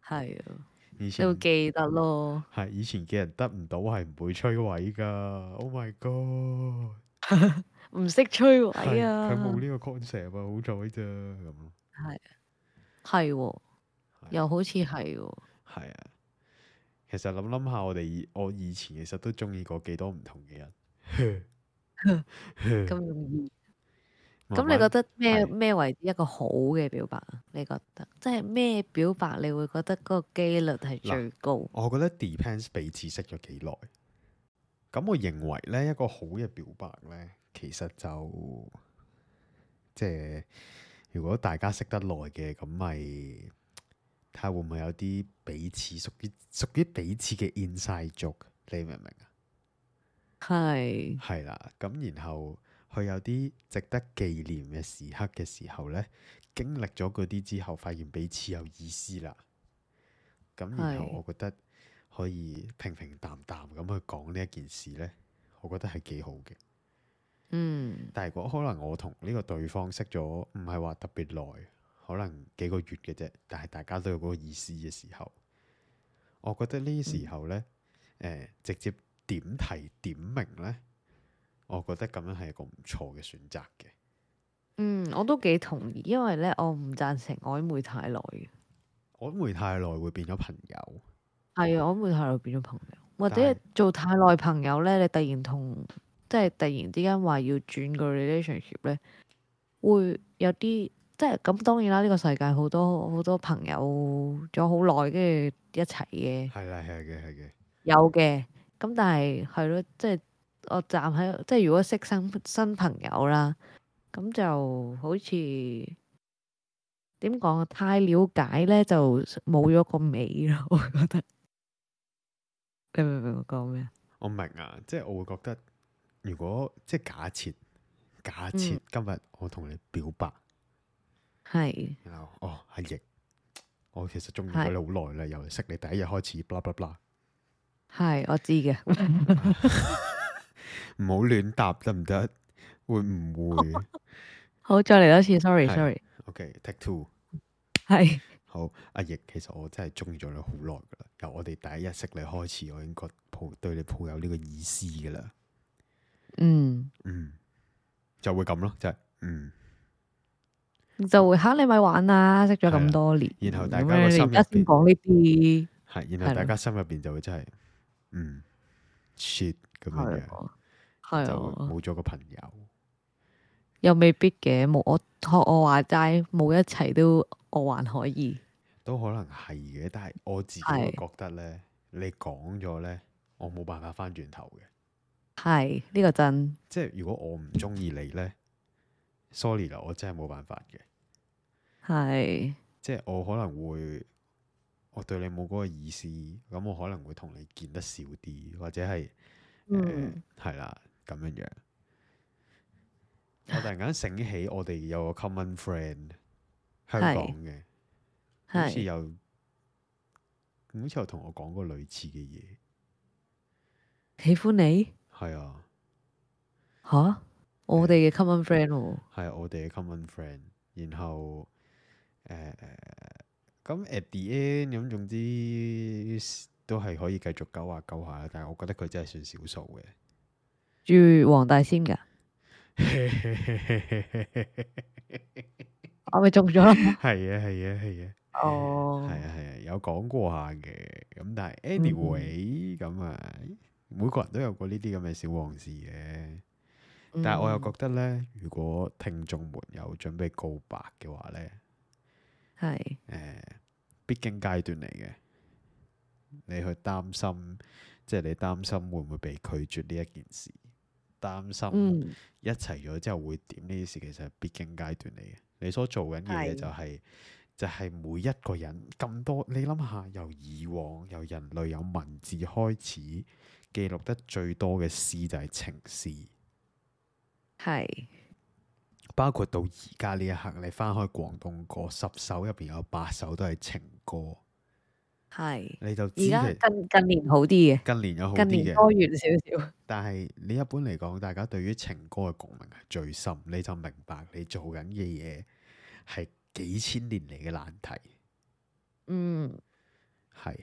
[SPEAKER 2] 係啊，
[SPEAKER 1] 以
[SPEAKER 2] 你
[SPEAKER 1] 前
[SPEAKER 2] 會記得咯。
[SPEAKER 1] 係以前嘅人得唔到係唔會摧毀㗎。Oh my god！
[SPEAKER 2] 唔識摧毀
[SPEAKER 1] 係
[SPEAKER 2] 啊，
[SPEAKER 1] 佢冇呢個 concept 啊，好彩咋咁咯。
[SPEAKER 2] 係喎，
[SPEAKER 1] 係
[SPEAKER 2] 又好似
[SPEAKER 1] 嗯
[SPEAKER 2] 係喎，
[SPEAKER 1] 係啊，其實諗諗下，我哋以我以前其實都中意過幾多唔同嘅
[SPEAKER 2] (laughs)
[SPEAKER 1] 人。
[SPEAKER 2] 咁容易。
[SPEAKER 1] 嗯慢
[SPEAKER 2] 咁
[SPEAKER 1] 慢
[SPEAKER 2] 你覺得咩
[SPEAKER 1] 係
[SPEAKER 2] 咩為之一個好嘅表白啊？你覺得即係咩表白你會覺得嗰個機率係最高？
[SPEAKER 1] 我覺得 depends 彼此識咗幾耐。咁我認為呢一個好嘅表白呢，其實就即係如果大家識得耐嘅，咁咪睇下會唔會有啲彼此屬於屬於彼此嘅 inside joke，你明唔明啊？
[SPEAKER 2] 係
[SPEAKER 1] 係啦，咁然後佢有啲值得紀念嘅時刻嘅時候呢，經歷咗嗰啲之後，發現彼此有意思啦。咁然後
[SPEAKER 2] 係
[SPEAKER 1] 我覺得可以平平淡淡咁去講呢一件事呢，我覺得係幾好嘅。
[SPEAKER 2] 嗯
[SPEAKER 1] 但係如果可能我同呢個對方識咗唔係話特別耐，可能幾個月嘅啫，但係大家都有嗰個意思嘅時候，我覺得呢時候呢，誒直接點題點明呢，我覺得咁樣係一個唔錯嘅選擇嘅。
[SPEAKER 2] 嗯，我都幾同意，因為咧我唔贊成曖昧太耐嘅。
[SPEAKER 1] 我諗會太耐會變咗朋友，
[SPEAKER 2] 係啊，曖昧太耐變咗朋友，或
[SPEAKER 1] 但
[SPEAKER 2] 者
[SPEAKER 1] 係
[SPEAKER 2] 做太耐朋友咧，你突然同即係突然之間話要轉個 relationship 咧，會有啲即係咁。當然啦，呢個世界好多好多朋友咗好耐，跟住一齊嘅
[SPEAKER 1] 係啦，係嘅，係嘅，
[SPEAKER 2] 有嘅。咁但係係咯，即係我站喺即係如果識新新朋友啦，咁就好似點講啊？太了解咧就冇咗個美咯，我覺得。你明唔明我講咩啊？
[SPEAKER 1] 我明啊，即係我會覺得，如果即係假設假設
[SPEAKER 2] 嗯
[SPEAKER 1] 今日我同你表白。
[SPEAKER 2] 係
[SPEAKER 1] 然後哦，阿奕，我其實中意
[SPEAKER 2] 係
[SPEAKER 1] 咗你好耐啦，由識你第一日開始，blah blah blah，
[SPEAKER 2] 係，我知嘅。
[SPEAKER 1] 唔好亂答得唔得？會唔
[SPEAKER 2] (laughs)
[SPEAKER 1] 會
[SPEAKER 2] 好，再嚟多次，sorry
[SPEAKER 1] 係
[SPEAKER 2] sorry。
[SPEAKER 1] ？OK，take two。
[SPEAKER 2] (laughs) 係
[SPEAKER 1] 好，阿奕，其實我真係中意咗你好耐噶啦，由我哋第一日識你開始，我已經覺抱對你抱有呢個意思噶啦。
[SPEAKER 2] 嗯，
[SPEAKER 1] 嗯，就會咁咯，就係、嗯。
[SPEAKER 2] 就會吓你咪玩啦，識咗
[SPEAKER 1] 係啦
[SPEAKER 2] 咁多年，
[SPEAKER 1] 然後大家
[SPEAKER 2] 咁
[SPEAKER 1] 個
[SPEAKER 2] 樣你
[SPEAKER 1] 心
[SPEAKER 2] 而家
[SPEAKER 1] 入邊
[SPEAKER 2] 先講呢啲，
[SPEAKER 1] 係，然後
[SPEAKER 2] 係
[SPEAKER 1] 大
[SPEAKER 2] 咯
[SPEAKER 1] 家心入邊就會真係嗯 shit 咁樣
[SPEAKER 2] 係
[SPEAKER 1] 樣，
[SPEAKER 2] 啊係
[SPEAKER 1] 就
[SPEAKER 2] 啊，
[SPEAKER 1] 冇咗個朋友。
[SPEAKER 2] 又未必嘅，冇我學我話齋，冇一齊都我還可以，
[SPEAKER 1] 都可能係嘅，但係我自己會覺得呢，你講咗呢，我冇辦法翻轉頭嘅。
[SPEAKER 2] 係呢個真
[SPEAKER 1] 即係如果我唔中意你呢 s o r r y 啦，我真係冇辦法嘅。
[SPEAKER 2] 係
[SPEAKER 1] 即係我可能會，我對你冇嗰個意思，咁我可能會同你見得少啲，或者係誒
[SPEAKER 2] 嗯，
[SPEAKER 1] 係啦咁樣樣。我突然間醒起，我哋有個 common friend 香
[SPEAKER 2] 係
[SPEAKER 1] 港嘅，好似
[SPEAKER 2] 係
[SPEAKER 1] 有好似有同我講過類似嘅嘢，
[SPEAKER 2] 喜歡你
[SPEAKER 1] 係啊。
[SPEAKER 2] 吓，
[SPEAKER 1] 嗯
[SPEAKER 2] 我哋嘅 common friend 喎，
[SPEAKER 1] 係啊我哋嘅 common friend，然後誒咁 at the end 咁總之都係可以繼續勾下勾下啦，但係我覺得佢真係算少數
[SPEAKER 2] 住黃大仙㗎，
[SPEAKER 1] 嘅。
[SPEAKER 2] 我咪中咗咯。
[SPEAKER 1] (laughs) 係啊係啊係啊
[SPEAKER 2] (laughs) 哦，
[SPEAKER 1] 係啊係啊，有講過下嘅，咁但係 anyway 咁啊，每個人都有過呢啲咁嘅小往事嘅。
[SPEAKER 2] 嗯
[SPEAKER 1] 但係我又覺得呢，如果聽眾們有準備告白嘅話呢。
[SPEAKER 2] 係
[SPEAKER 1] 誒、必經階段嚟嘅。你去擔心，即係你擔心會唔會被拒絕呢一件事，擔心
[SPEAKER 2] 嗯
[SPEAKER 1] 一齊咗之後會點呢啲事，其實係必經階段嚟嘅。你所做緊嘅嘢
[SPEAKER 2] 係
[SPEAKER 1] 就係、就係每一個人咁多，你諗下，由以往由人類有文字開始記錄得最多嘅詩就係情詩。
[SPEAKER 2] 係
[SPEAKER 1] 包括到而家呢一刻，你翻開廣東歌十首入邊有八首都係情歌，
[SPEAKER 2] 係，
[SPEAKER 1] 你就知
[SPEAKER 2] 而
[SPEAKER 1] 其
[SPEAKER 2] 家近近年好啲嘅，
[SPEAKER 1] 近年有好
[SPEAKER 2] 近
[SPEAKER 1] 啲
[SPEAKER 2] 年
[SPEAKER 1] 嘅，
[SPEAKER 2] 多元少少。
[SPEAKER 1] 但係你一般嚟講，大家對於情歌嘅共鳴係最深，你就明白你做緊嘅嘢係幾千年嚟嘅難題，
[SPEAKER 2] 嗯，
[SPEAKER 1] 係，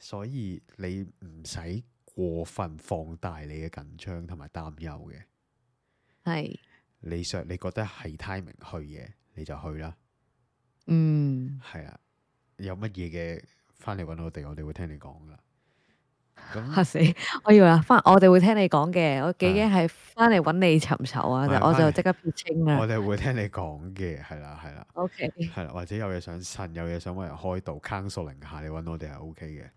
[SPEAKER 1] 所以你唔使過分放大你嘅緊張同埋擔憂嘅，
[SPEAKER 2] 係，
[SPEAKER 1] 你想你覺得係 timing 去嘅，你就去啦，
[SPEAKER 2] 嗯，
[SPEAKER 1] 係啊，有乜嘢嘅翻嚟揾我哋，我哋會聽你講噶啦，
[SPEAKER 2] (laughs)
[SPEAKER 1] 咁
[SPEAKER 2] 嚇死！我以為話翻我哋會聽你講嘅，我幾
[SPEAKER 1] 係
[SPEAKER 2] 驚係翻嚟揾你尋仇啊！
[SPEAKER 1] 係
[SPEAKER 2] 就我
[SPEAKER 1] 返
[SPEAKER 2] 就
[SPEAKER 1] 嚟
[SPEAKER 2] 即刻撇清啦
[SPEAKER 1] 我。哋會聽你講嘅，係啦，係啦。
[SPEAKER 2] O K，
[SPEAKER 1] 係啦，或者有嘢想呻，有嘢想揾人開導 counseling 下，你揾我哋係 O K 嘅。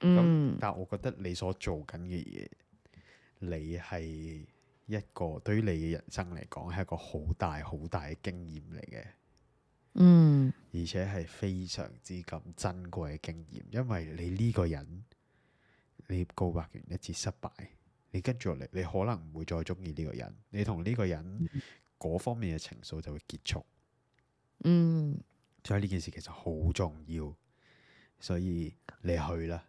[SPEAKER 2] 嗯，
[SPEAKER 1] 但我覺得你所做緊嘅嘢，你係一個對於你嘅人生嚟講係一個好大好大嘅經驗嚟嘅，
[SPEAKER 2] 嗯，
[SPEAKER 1] 而且係非常之咁珍貴嘅經驗，因為你呢個人，你告白完一次失敗，你跟住落嚟，你可能唔會再中意呢個人，你同呢個人嗰方面嘅情愫就會結束。
[SPEAKER 2] 嗯，
[SPEAKER 1] 所以呢件事其實好重要，所以你去啦，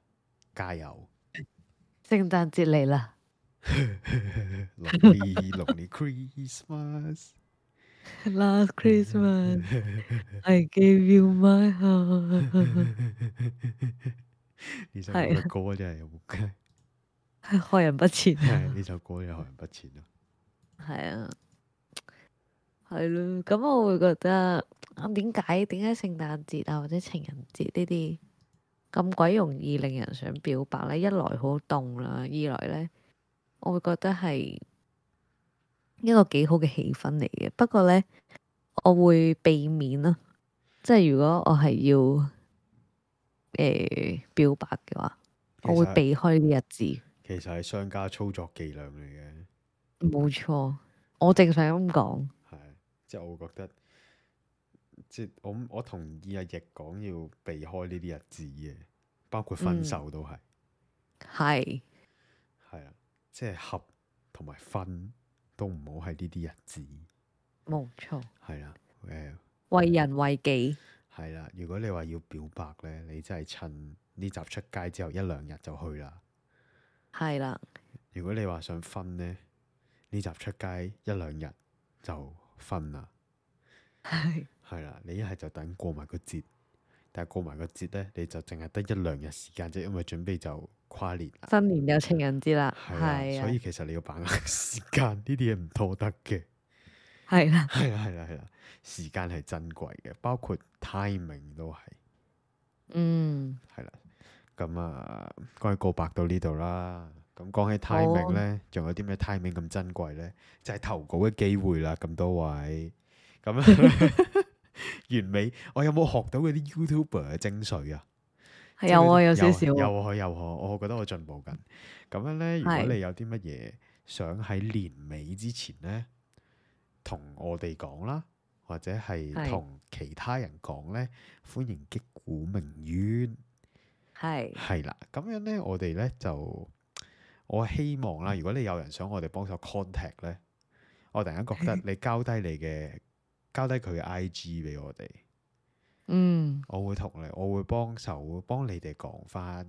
[SPEAKER 1] 加油！ (laughs)
[SPEAKER 2] 聖誕節嚟啦，
[SPEAKER 1] Lonely Lonely Christmas，
[SPEAKER 2] (laughs)
[SPEAKER 1] (laughs)
[SPEAKER 2] Last Christmas, I gave you my (laughs) heart。
[SPEAKER 1] 呢首歌
[SPEAKER 2] 係啊
[SPEAKER 1] 嘅歌真係有冇計？
[SPEAKER 2] 害人不淺啊！
[SPEAKER 1] (laughs) 係呢首歌真係害人不淺啊咯。
[SPEAKER 2] 係啊，係咯。咁我會覺得啊，點解點解聖誕節啊或者情人節呢啲咁鬼容易令人想表白咧？一來好凍啦，二來咧，我會覺得係一個幾好嘅氣氛嚟嘅。不過咧，我會避免啦，即係如果我係要誒、表白嘅話，
[SPEAKER 1] 其
[SPEAKER 2] (laughs) 我會
[SPEAKER 1] 實
[SPEAKER 2] 避開呢啲日子。
[SPEAKER 1] 其實係商家操作伎倆嚟嘅，
[SPEAKER 2] 冇錯，我正想咁講。
[SPEAKER 1] 係即係我會覺得，即係我我同意阿亦講要避開呢啲日子嘅，包括分
[SPEAKER 2] 嗯
[SPEAKER 1] 手都係
[SPEAKER 2] 係
[SPEAKER 1] 係啦，即係合同埋分都唔好係呢啲日子，
[SPEAKER 2] 冇錯，
[SPEAKER 1] 係啦，誒。
[SPEAKER 2] 為人為己，
[SPEAKER 1] 係啦，如果你話要表白呢，你真係趁呢集出街之後一兩日就去啦。
[SPEAKER 2] 係啦，
[SPEAKER 1] 如果你話想分呢，呢集出街一兩日就分啦。
[SPEAKER 2] 係
[SPEAKER 1] 係啦，你一係就等過埋個節，但係過埋個節呢，你就淨係得一兩日時間啫，因為準備就跨年啦。
[SPEAKER 2] (laughs) 新年有情人節啦，
[SPEAKER 1] 係
[SPEAKER 2] 係
[SPEAKER 1] 啦，所
[SPEAKER 2] 啊
[SPEAKER 1] 以，其實你要把握時間，呢啲嘢唔拖得嘅。
[SPEAKER 2] 係啦，
[SPEAKER 1] 係啦，係啦，係啦，時間係珍貴嘅，包括 timing 都係。
[SPEAKER 2] 嗯，
[SPEAKER 1] 係啦，咁啊，關於告白到呢度啦。咁講起
[SPEAKER 2] 好
[SPEAKER 1] timing 咧，仲有啲咩 timing 咁珍貴咧？就係、投稿嘅機會啦，咁多位。咁啊 (laughs) 完美，我有冇學到嗰啲 YouTuber 嘅精髓啊？即係
[SPEAKER 2] (laughs) 有
[SPEAKER 1] 嗰
[SPEAKER 2] 啊，
[SPEAKER 1] 啲
[SPEAKER 2] 有少少
[SPEAKER 1] 有
[SPEAKER 2] 啊，
[SPEAKER 1] 啊有啊，我覺得我進步緊。咁樣咧，如果
[SPEAKER 2] 係
[SPEAKER 1] 你有啲乜嘢想喺年尾之前咧，同我哋講啦，或者係
[SPEAKER 2] 係
[SPEAKER 1] 同其他人講咧，歡迎擊鼓鳴冤，
[SPEAKER 2] 係
[SPEAKER 1] 係啦，咁樣咧，我哋咧就我希望啦，如果你有人想我哋幫手 contact 咧，我突然間覺得你交低你嘅交低佢嘅 IG 俾我哋，
[SPEAKER 2] 嗯
[SPEAKER 1] 我會同你，我會幫手幫你哋講翻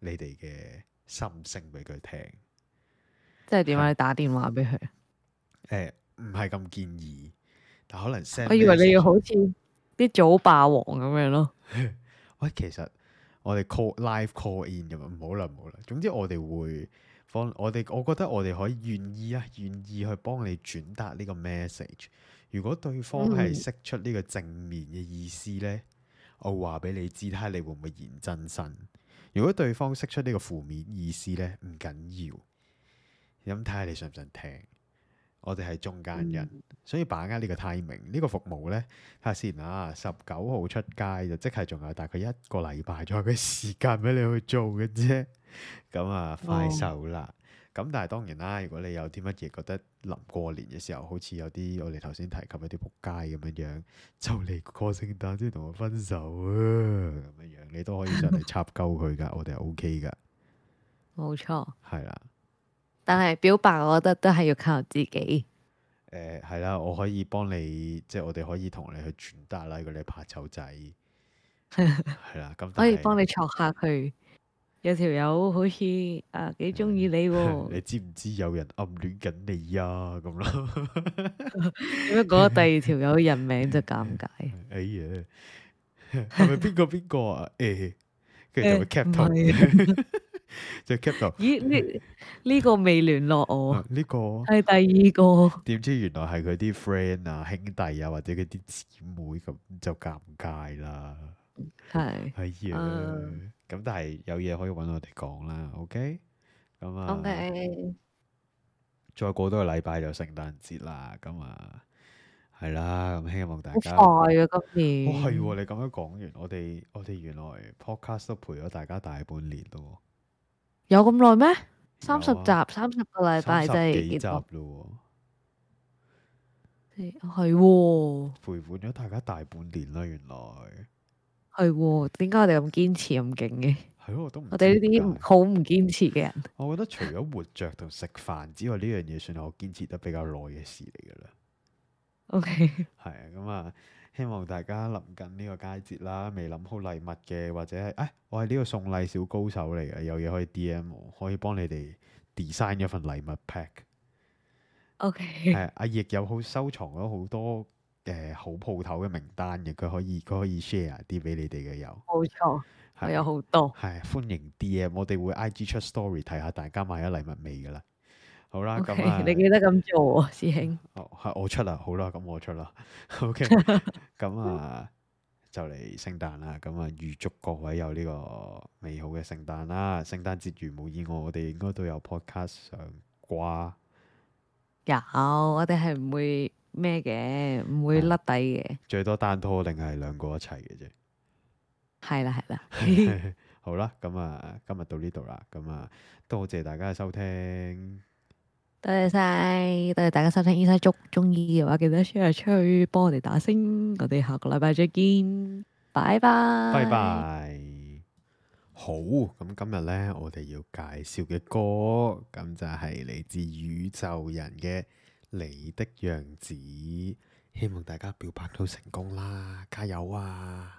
[SPEAKER 1] 你哋嘅心聲俾佢聽。
[SPEAKER 2] 即係點
[SPEAKER 1] 係
[SPEAKER 2] 啊？你打電話俾佢，
[SPEAKER 1] 誒唔係咁建議，但可能 send
[SPEAKER 2] 我以為你
[SPEAKER 1] message
[SPEAKER 2] 要好似啲早霸王咁樣咯。
[SPEAKER 1] 喂，其實我哋 call live call in 咁啊樣，唔好啦，唔好啦。總之我哋會幫我哋，我覺得我哋可以願意啊，願意去幫你轉達呢個 message。如果對方係
[SPEAKER 2] 嗯
[SPEAKER 1] 釋出呢個正面嘅意思呢，我話俾你知，睇下你會唔會現真身。如果對方釋出呢個負面意思呢，唔緊要，咁睇下你想唔想聽。我哋係中間人，
[SPEAKER 2] 嗯
[SPEAKER 1] 所以把握呢個 timing，呢個服務呢。睇下先啊，十九號出街就即係仲有大概一個禮拜左右嘅時間俾你去做嘅啫。咁啊，快手啦。咁但係當然啦，如果你有啲乜嘢覺得臨過年嘅時候，好似有啲我哋頭先提及有啲仆街咁樣樣，就嚟過聖誕先同我分手啊咁樣樣，你都可以上嚟插鳩佢噶，我哋係 O K 噶，
[SPEAKER 2] 冇錯，
[SPEAKER 1] 係啦。
[SPEAKER 2] 但係表白我覺得都係要靠自己。
[SPEAKER 1] 誒呃係啦，我可以幫你，即係我哋可以同你去傳達啦。如果你怕醜仔，係啦，咁
[SPEAKER 2] 可
[SPEAKER 1] 但
[SPEAKER 2] 以
[SPEAKER 1] 係 (laughs)
[SPEAKER 2] 幫你戳下佢。有條友好似啊幾中意你
[SPEAKER 1] (laughs)
[SPEAKER 2] 喎，
[SPEAKER 1] 你知唔知有人暗戀緊你啊？咁咯，
[SPEAKER 2] 點解講咗第二條友人名就尷
[SPEAKER 1] (laughs)
[SPEAKER 2] 尬？
[SPEAKER 1] 哎呀，係咪邊個邊個啊？誒，跟住就會 cap
[SPEAKER 2] 呃唔
[SPEAKER 1] 圖，
[SPEAKER 2] 係啊
[SPEAKER 1] (laughs) 就 cap 圖。
[SPEAKER 2] 咦？呢呢個未聯絡 (laughs) 我
[SPEAKER 1] 啊，呢個
[SPEAKER 2] 係第二個，
[SPEAKER 1] 點知原來係佢啲 friend 啊、兄弟啊，或者佢啲姊妹咁，就尷尬啦。
[SPEAKER 2] 係
[SPEAKER 1] 哎呀，
[SPEAKER 2] 啊
[SPEAKER 1] 咁但係有嘢可以揾我哋講啦，OK？咁啊
[SPEAKER 2] OK，
[SPEAKER 1] 再過多個禮拜就聖誕節啦，咁啊，係啦，咁希望大
[SPEAKER 2] 好
[SPEAKER 1] 家。
[SPEAKER 2] 快啊！今
[SPEAKER 1] 哦，係
[SPEAKER 2] 年
[SPEAKER 1] 喎！你咁樣講完，我哋我哋原來 podcast 都陪咗大家大半年咯
[SPEAKER 2] 有咁耐咩？三十
[SPEAKER 1] 有
[SPEAKER 2] 集，
[SPEAKER 1] 啊
[SPEAKER 2] 三十個
[SPEAKER 1] 喎，
[SPEAKER 2] 禮拜
[SPEAKER 1] 三
[SPEAKER 2] 真
[SPEAKER 1] 十
[SPEAKER 2] 係
[SPEAKER 1] 幾集
[SPEAKER 2] 幾多
[SPEAKER 1] 咯喎，
[SPEAKER 2] 係喎，
[SPEAKER 1] 陪伴咗大家大半年啦，原來
[SPEAKER 2] 係喎，點解我哋咁堅持咁勁嘅？
[SPEAKER 1] 係咯，我都唔
[SPEAKER 2] 我哋
[SPEAKER 1] 知
[SPEAKER 2] 呢啲
[SPEAKER 1] 點
[SPEAKER 2] 唔
[SPEAKER 1] 解
[SPEAKER 2] 好唔堅持嘅人，
[SPEAKER 1] 我覺得除咗活着同食飯之外，呢樣嘢算係我堅持得比較耐嘅事嚟㗎啦。
[SPEAKER 2] OK，
[SPEAKER 1] 係啊，咁啊，希望大家臨近呢個佳節啦，未諗好禮物嘅，或者係，唉，我係呢個送禮小高手嚟嘅，有嘢可以 DM 我，可以幫你哋 design 一份禮物 pack。
[SPEAKER 2] OK，
[SPEAKER 1] 係阿奕有好收藏咗好多誒、呃好鋪頭嘅名單嘅，佢可以佢可以 share 啲俾你哋嘅有。
[SPEAKER 2] 冇錯，我有
[SPEAKER 1] 係
[SPEAKER 2] 好多，
[SPEAKER 1] 係歡迎 DM，我哋會 IG 出 story 睇下大家買咗禮物未㗎啦。好啦，咁
[SPEAKER 2] OK，
[SPEAKER 1] 啊，
[SPEAKER 2] 你記得咁做啊，師兄。
[SPEAKER 1] 哦，係我出啦，好啦，咁我出啦。OK，咁啊，就嚟聖誕啦，咁啊，預祝各位有呢個美好嘅聖誕啦！聖誕節如無意外，我哋應該都有 podcast 上啩。
[SPEAKER 2] 有，我哋係唔會咩嘅，唔會
[SPEAKER 1] 係
[SPEAKER 2] 甩底嘅，
[SPEAKER 1] 最多單拖定係兩個一齊嘅
[SPEAKER 2] 係啦係啦，
[SPEAKER 1] 啫。好啦，咁啊，今日到呢度啦，咁啊，多謝大家嘅收聽，
[SPEAKER 2] 多謝晒，多謝大家收聽 Inside 足，中意嘅話記得 share 出去，幫我哋打星，我哋下個禮拜再見，拜拜，
[SPEAKER 1] 拜。拜。好，咁今日呢，我哋要介紹嘅歌，咁就係嚟自宇宙人嘅《你的樣子》，希望大家表白都成功啦，加油啊！